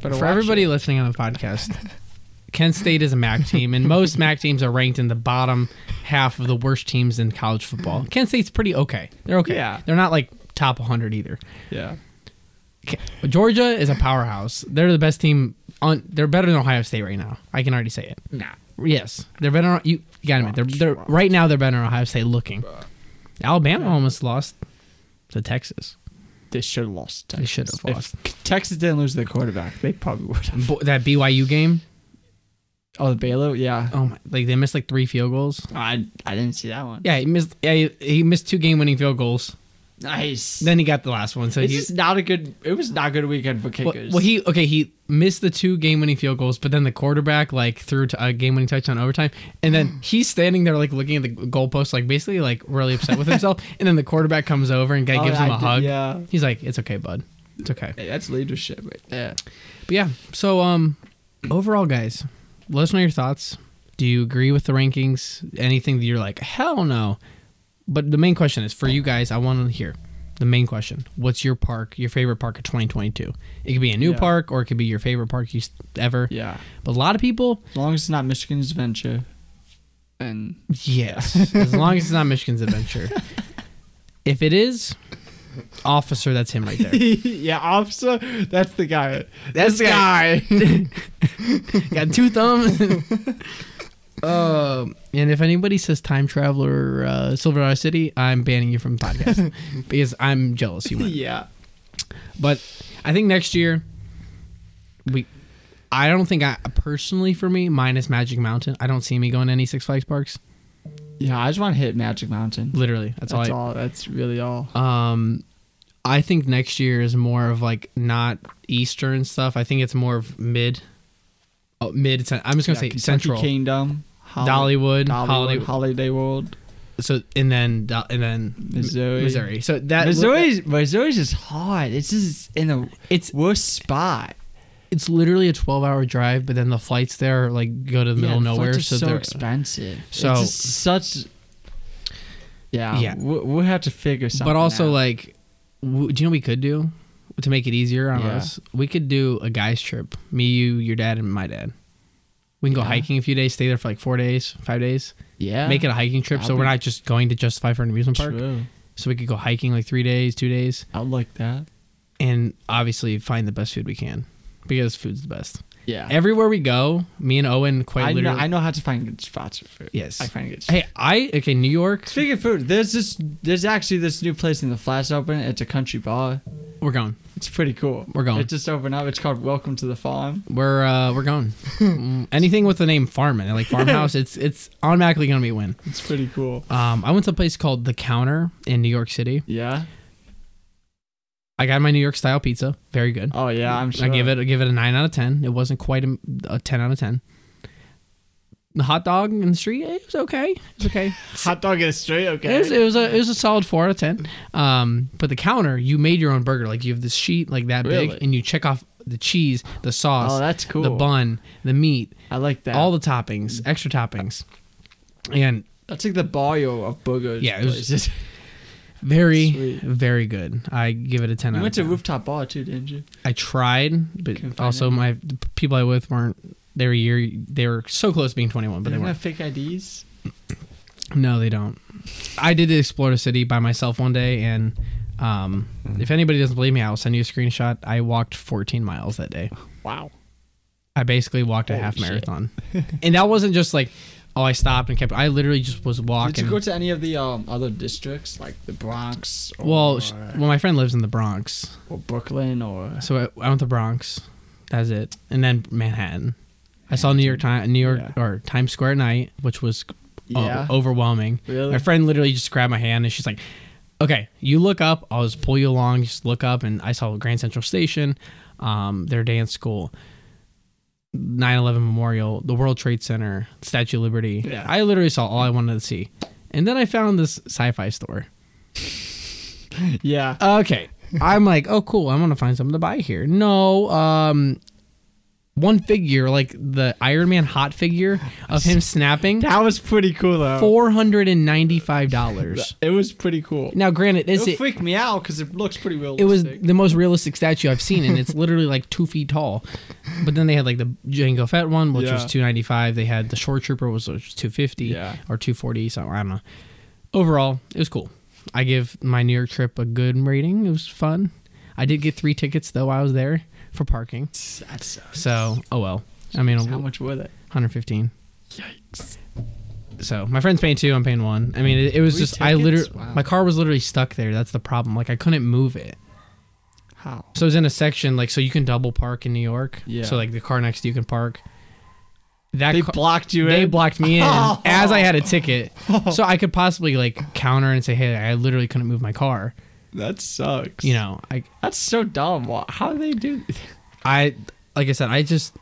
But
For everybody listening on the podcast,
[laughs]
Kent State is a MAC team, and most MAC teams are ranked in the bottom half of the worst teams in college football. Kent State's pretty okay. They're okay.
Yeah.
They're not like top 100 either.
yeah.
K- Georgia is a powerhouse. They're the best team. On they're better than Ohio State right now. I can already say it.
Nah.
Yes, they're better. On, you, you gotta admit, they're, they're right now they're better than Ohio State looking. Alabama almost lost to Texas.
They should have lost.
They
Texas.
should have
If Texas didn't lose their quarterback. They probably would have.
Bo- that BYU game.
Oh, the Baylor. Yeah.
Oh my! Like they missed like three field goals.
I I didn't see that one.
Yeah, he missed. Yeah, he, he missed two game-winning field goals.
Nice.
Then he got the last one. So
it's
he.
just not a good. It was not a good weekend for
Well,
kickers.
well, he okay. He missed the two game-winning field goals, but then the quarterback like threw to a game-winning touchdown in overtime, and
[sighs]
then he's standing there like looking at the goalpost, like basically like really upset with himself. and then the quarterback comes over and guy
Oh,
gives him
I
a
did-
hug.
yeah.
he's like, "It's okay, bud. It's okay."
Hey, that's leadership right there.
But yeah, so um, overall, guys, let us know your thoughts. Do you agree with the rankings? Anything that you're like, hell no. But the main question is for you guys. I want to hear the main question. What's your park? Your favorite park of 2022? It could be a new
Yeah.
park, or it could be your favorite park you s- ever.
Yeah.
But a lot of people,
As long as it's not Michigan's venture. And
yes, as long as it's not Michigan's Adventure. if it is, officer, that's him right there.
[laughs] yeah, officer, that's the guy.
That's the guy. [laughs] Got two
[laughs]
thumbs. um, and if anybody says time traveler, uh, Silverado City, I'm banning you from the
[laughs]
podcast because I'm jealous. You went.
Yeah.
But I think next year, we. I don't think I personally for me minus Magic Mountain. I don't see me going to any Six Flags parks.
Yeah, I just want to hit Magic Mountain.
Literally, that's,
That's
all. I,
all. That's really all.
Um, I think next year is more of like not Eastern stuff. I think it's more of mid, oh, mid. cen- I'm just gonna
Yeah,
say
Kentucky
central,
Kingdom,
Dollywood,
Hollywood,
Hollywood.
Holiday World,
So and then Do- and then
Missouri.
Missouri. So that
Missouri's Missouri's is hard. It's just in the
It's
worst spot.
it's literally a 12 hour drive, but then the flights there like go to the middle of
Yeah, the flights
nowhere.
are
So,
so
they're-
expensive.
So-
it's just such. Yeah,
Yeah.
yeah. We'll, we'll have to figure something.
but also
out.
like, w- do you know what we could do to make it easier on
Yeah.
us? We could do a guys trip. Me, you, your dad, and my dad. We can go
Yeah.
hiking a few days, stay there for like four days, five days.
yeah,
make it a hiking trip so
That'd
we're
be-
not just going to justify for an amusement park
True.
so we could go hiking like three days two days
I like that.
and obviously find the best food we can because food's the best
Yeah,
everywhere we go me and owen quite
I know,
literally
I know how to find good spots for food.
Yes.
I find good.
hey i okay new york
Speaking of food, there's this there's actually this new place in the Flats open. It's a country bar.
we're going
It's pretty cool.
We're going.
It just opened up. It's called Welcome to the Farm.
we're uh we're
[laughs]
going Mm, anything with the name farman like farmhouse it's it's automatically gonna be a win
It's pretty cool.
um i went to a place called the counter in new york city
Yeah.
i got my new york style pizza very good
Oh yeah, I'm sure.
I give it I give it a nine out of ten. It wasn't quite a, a ten out of ten. The hot dog in the street, eh, it was okay. It's okay.
hot dog is straight. Okay.
It was, it was a it was a solid four out of ten.
Mm-hmm.
Um, but the counter, you made your own burger. Like you have this sheet like that big,
Really?
and you check off the cheese, the sauce,
Oh, that's cool.
the bun, the meat,
I like that.
all the toppings, extra toppings, and
that's like the barrio of burgers.
Yeah, it was-
places.
[laughs] very
Sweet.
very good. I give it a ten.
you
out
went
of
to
10.
rooftop bar too, didn't you?
I tried,
Couldn't
but
find
also
it.
my the people I was with weren't. They were a year. They were so close to being twenty one, but
But
they
they
weren't.
have fake IDs.
No, they don't. I did explore the city by myself one day, and um,
Mm-hmm.
if anybody doesn't believe me, I'll send you a screenshot. I walked 14 miles that day.
Wow.
I basically walked a
Holy
half
shit. [laughs]
marathon, and that wasn't just like Oh, I stopped and kept. I literally just was walking.
Did you go to any of the um, other districts, like the Bronx or,
well, sh- well, my friend lives in the Bronx,
or
[laughs]
Brooklyn or?
so I, I went to Bronx. That's it, and then Manhattan. I saw New York Time, New York
Yeah.
or Times Square at night, which was o-
Yeah.
overwhelming.
Really?
My friend literally just grabbed my hand and she's like, "Okay, you look up. I'll just pull you along. Just look up." And I saw Grand Central Station, um, their dance school, 9/11 Memorial, the World Trade Center, Statue of Liberty.
Yeah.
I literally saw all I wanted to see, and then I found this sci-fi store.
Yeah.
Okay. I'm like, oh cool, I'm gonna find something to buy here. No, um one figure, like the Iron Man hot figure of him snapping,
that was pretty cool though.
four hundred and ninety-five dollars.
It was pretty cool.
Now granted, is
It'll
it
freak me out because it looks pretty
it
realistic.
was the most realistic statue I've seen, and
[laughs]
it's literally like two feet tall. But then they had like the Jango Fett one, which was
Yeah.
two ninety five. They had the Short Trooper, which was two fifty
Yeah.
or two forty. So I don't know. Overall, it was cool. I give my New York trip a good rating. It was fun. I did get three tickets though. I was there for parking.
That's,
So oh well. I mean,
how
one
much were they?
hundred fifteen.
Yikes.
So my friend's paying two. I'm paying one. I mean, it, it was
Three
just I
tickets?
literally
Wow.
my car was literally stuck there. That's the problem. Like I couldn't move it.
How?
So it's in a section like so you can double park in New York.
Yeah.
So like the car next to you can park. That
They
ca-
blocked you
they
in.
blocked me
[laughs]
in as I had a ticket, so I could possibly like counter and say, "Hey, I literally couldn't move my car."
that sucks.
You know, I
That's so dumb. Wha- How do they do?
I like I said, I just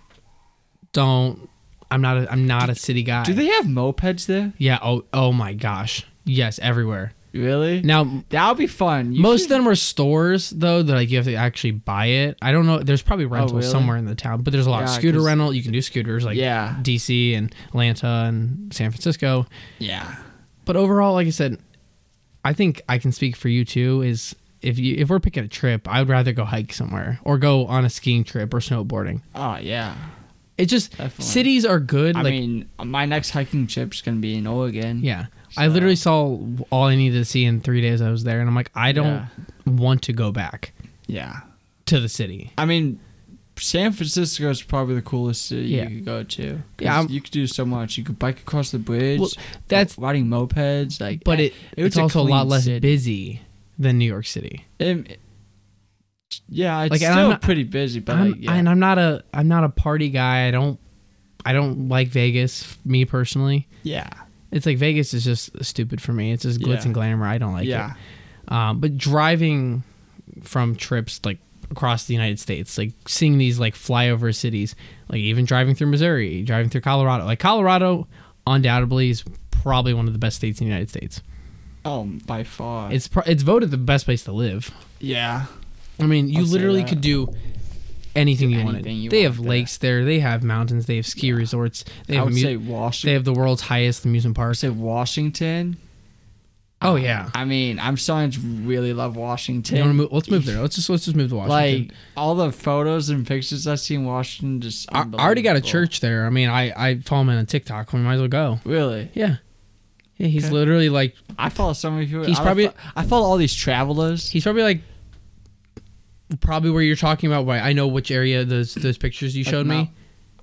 don't. I'm not. A, I'm not a city guy.
Do they have mopeds there?
Yeah. Oh. Oh my gosh. Yes. Everywhere.
Really?
Now
That would be fun. You
Most of
should-
them are stores though that like you have to actually buy it. I don't know. There's probably rentals
Oh, really?
somewhere in the town, but there's a lot of
Yeah,
scooter
'cause-
rental. You can do scooters like
Yeah.
DC and Atlanta and San Francisco.
Yeah.
But overall, like I said, I think I can speak for you too. Is if you if we're picking a trip, I would rather go hike somewhere or go on a skiing trip or snowboarding.
Oh yeah.
It just
Definitely.
cities are good.
I
like
mean, my next hiking trip's gonna be in Oregon.
yeah. I literally saw all I needed to see in three days I was there, and I'm like, I don't
Yeah.
want to go back
Yeah.
to the city.
I mean, San Francisco is probably the coolest city
Yeah.
you could go to. 'Cause
Yeah, I'm-
you could do so much. You could bike across the bridge.
Well, that's
riding mopeds. Like,
but it,
was
it's also a lot
clean
less
city.
busy than New York City.
Um, it- yeah, it's
Like, and I'm
still
not-
pretty busy, but
I'm,
like, yeah.
And I'm not a I'm not a party guy. I don't I don't like Vegas. Me personally,
yeah,
it's like Vegas is just stupid for me. It's just glitz
Yeah.
and glamour. I don't like
yeah,
it. Um, but driving from trips like across the United States, like seeing these like flyover cities, like even driving through Missouri, driving through Colorado, like Colorado, undoubtedly is probably one of the best states in the United States.
oh, by far,
It's pro- it's voted the best place to live.
yeah,
I mean, you
I'll say
literally
that.
could do anything you wanted.
anything you
they
want
have
there.
lakes there. They have mountains. They have ski resorts. They
I
have
would
amu-
say
they
Washington.
have the world's highest amusement park.
say Washington. Um,
Oh yeah.
I mean, I'm starting to really love Washington.
You wanna move- let's move there. Let's just let's just move to Washington.
Like all the photos and pictures I see in Washington, just
I, I already got a
unbelievable.
church there. I mean, I I follow him on TikTok. We might as well go.
Really,
Yeah. Yeah, he's
Okay.
literally like
I follow so many people.
He's
I
probably-
fo- I follow all these travelers.
he's probably like probably where you're talking about. Why I know which area those those pictures you showed me.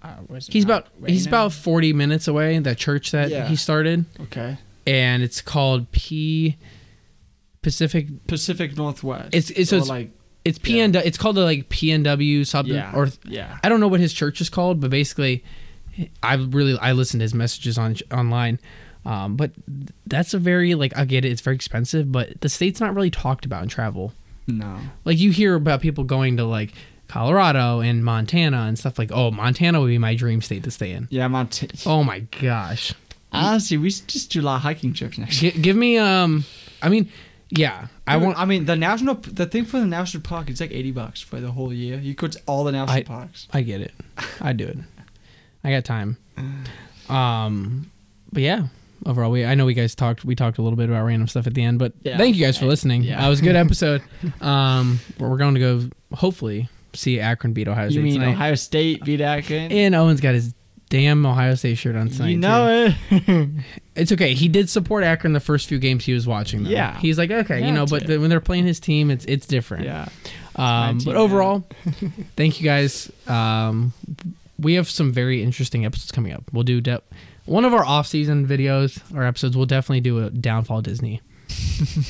Uh,
He's about he's about 40 minutes away. That church that
Yeah.
he started.
okay
and it's called P Pacific.
Pacific Northwest.
It's- it's- so
Or
it's-
like
It's PN. It's called the like PNW something
yeah
or
yeah
I don't know what his church is called, but basically, I really I listened to his messages on online. Um, but that's a very like I get it. It's very expensive, but the state's not really talked about in travel.
no
Like you hear about people going to like Colorado and Montana and stuff like oh Montana would be my dream state to stay in.
yeah Montana.
Oh my gosh.
Honestly, we should just do a lot of hiking trips next. year.
G- give me um. I mean, yeah. I
I
want.
I mean, the national. The thing for the national park is like eighty bucks for the whole year. You go to all the national
I-
parks.
I get it. I do it. I got time. Um, but yeah, overall, we I know we guys talked. We talked a little bit about random stuff at the end, but
Yeah.
thank you guys for listening.
Yeah.
Uh, it was a
[laughs]
good episode. um, where we're going to go hopefully see Akron beat Ohio State
You mean
tonight.
Ohio State beat Akron?
and Owen's got his damn Ohio State shirt on tonight.
you know it.
too. it's okay. He did support Akron the first few games he was watching. Though.
Yeah.
he's like okay, you
Had
know,
to.
but the, when they're playing his team, it's it's different.
yeah.
Um,
team,
but
yeah. [laughs]
overall, thank you guys. Um, we have some very interesting episodes coming up. We'll do de- One of our off-season videos or episodes, we'll definitely do a downfall
[laughs]
Disney.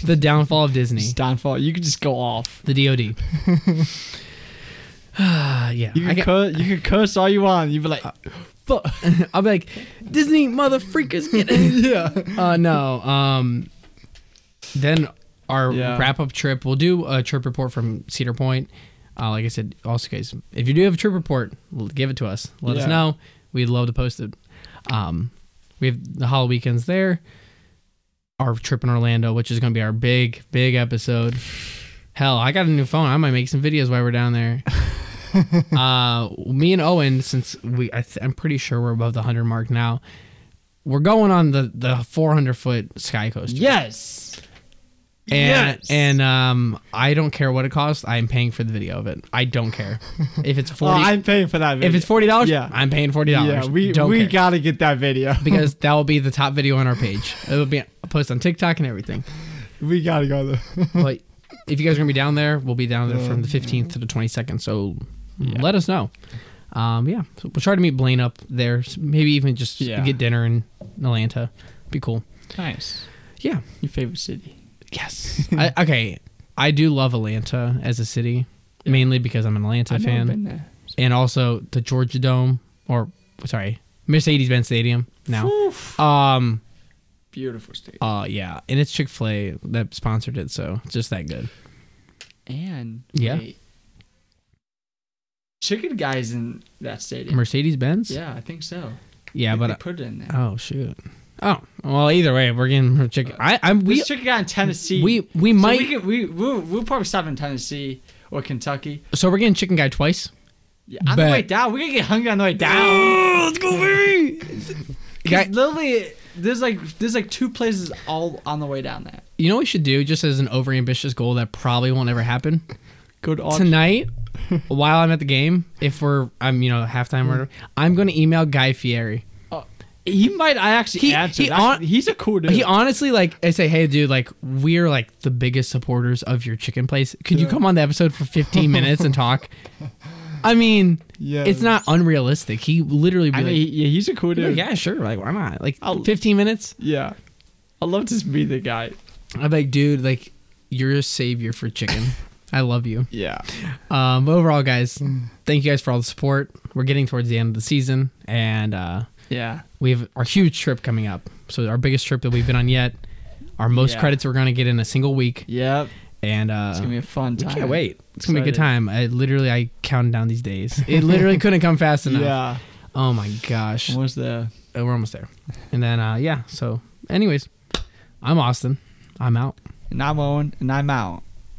the downfall of Disney.
Downfall. You could just go off.
The
[laughs]
DOD. Ah, [sighs] yeah.
You
I Uh,
could
got-
curse, you could curse all you want. You'd be like,
fuck. [laughs] I'll be like, Disney motherfreakers get
[laughs]
yeah. Uh, no. Um, then our
Yeah.
wrap up trip. We'll do a trip report from Cedar Point. Uh, like I said, also guys, if you do have a trip report, l- give it to us. Let us
Yeah.
know. We'd love to post it. Um, we have the Hall weekends there. Our trip in Orlando, which is going to be our big, big episode. Hell, I got a new phone. I might make some videos while we're down
[laughs]
there. uh, me and Owen, since we, I th- I'm pretty sure we're above the hundred mark now. We're going on the the 400 foot sky coaster.
yes.
and,
yes.
And um, I don't care what it costs. I'm paying for the video of it. I don't
[laughs]
care if it's
Well,
forty.
Oh, I'm paying for that video.
if it's forty dollars,
Yeah.
I'm paying forty dollars.
Yeah, we,
don't
we
care.
gotta get that video.
because that will be the top video on our page. It'll be posted on TikTok and everything.
[laughs] we gotta go there. [laughs]
[laughs] But if you guys are gonna be down there, we'll be down there from
Mm.
the 15th to the 22nd. So let us know. Um, yeah, so we'll try to meet Blaine up there. s- Maybe even just
Yeah.
get dinner in Atlanta. Be cool.
nice.
Yeah.
Your favorite city.
Yes. [laughs] I, okay. I do love Atlanta as a city, mainly because I'm an Atlanta
I've never been
fan,
there.
and also the Georgia Dome, or sorry, Mercedes-Benz Stadium. Now,
Oof.
um,
Beautiful state.
uh, yeah, and it's Chick Fil A that sponsored it, so it's just that good.
And
Yeah.
wait. chicken guys in that stadium.
Mercedes-Benz.
yeah, I think so.
Yeah,
I think
but
they put it in there.
Oh shoot. Oh well. Either way, we're getting her chicken. I I'm we
There's chicken guy in Tennessee.
we we
So
might.
we, could, we we'll, we'll probably stop in Tennessee or Kentucky.
So we're getting chicken guy twice.
Yeah, on the
Bet.
way down, we're gonna get hungry on the way down.
[gasps] let's go, baby.
'Cause literally, there's like there's like two places all on the way down there.
you know what we should do? Just as an overambitious goal that probably won't ever happen.
Good
[laughs] Tonight, while I'm at the game, if we're I'm you know halftime or whatever, I'm gonna email Guy Fieri.
He might. I actually
He-
answer.
he
That's-
on-
he's a cool dude.
He honestly like I say, hey dude, like we're like the biggest supporters of your chicken place. Could you
Yeah.
come on the episode for 15 minutes and
[laughs]
talk? I mean,
Yeah.
it's not unrealistic. He literally be
I
like,
mean, he, yeah, he's a cool
Like,
dude.
yeah, sure. Like, why not? Like,
I'll-
15 minutes.
yeah. I love to be the guy.
I'm like, dude, like, you're a savior for chicken. I love you. [laughs]
Yeah.
Um, but overall, guys, thank you guys for all the support. We're getting towards the end of the season, and uh,
Yeah.
we have our huge trip coming up. So our biggest trip that we've been on yet. Our most
Yeah.
credits we're gonna get in a single week,
Yep.
and uh,
It's gonna be a fun time.
can't wait. It's gonna be a good
Excited.
time. I literally I counted down these days. It
[laughs]
literally couldn't come fast enough.
Yeah.
Oh my gosh, Uh,
Almost there.
we're almost there. And then uh, yeah. So, anyways, I'm Austin. I'm out.
And I'm Owen, and I'm out.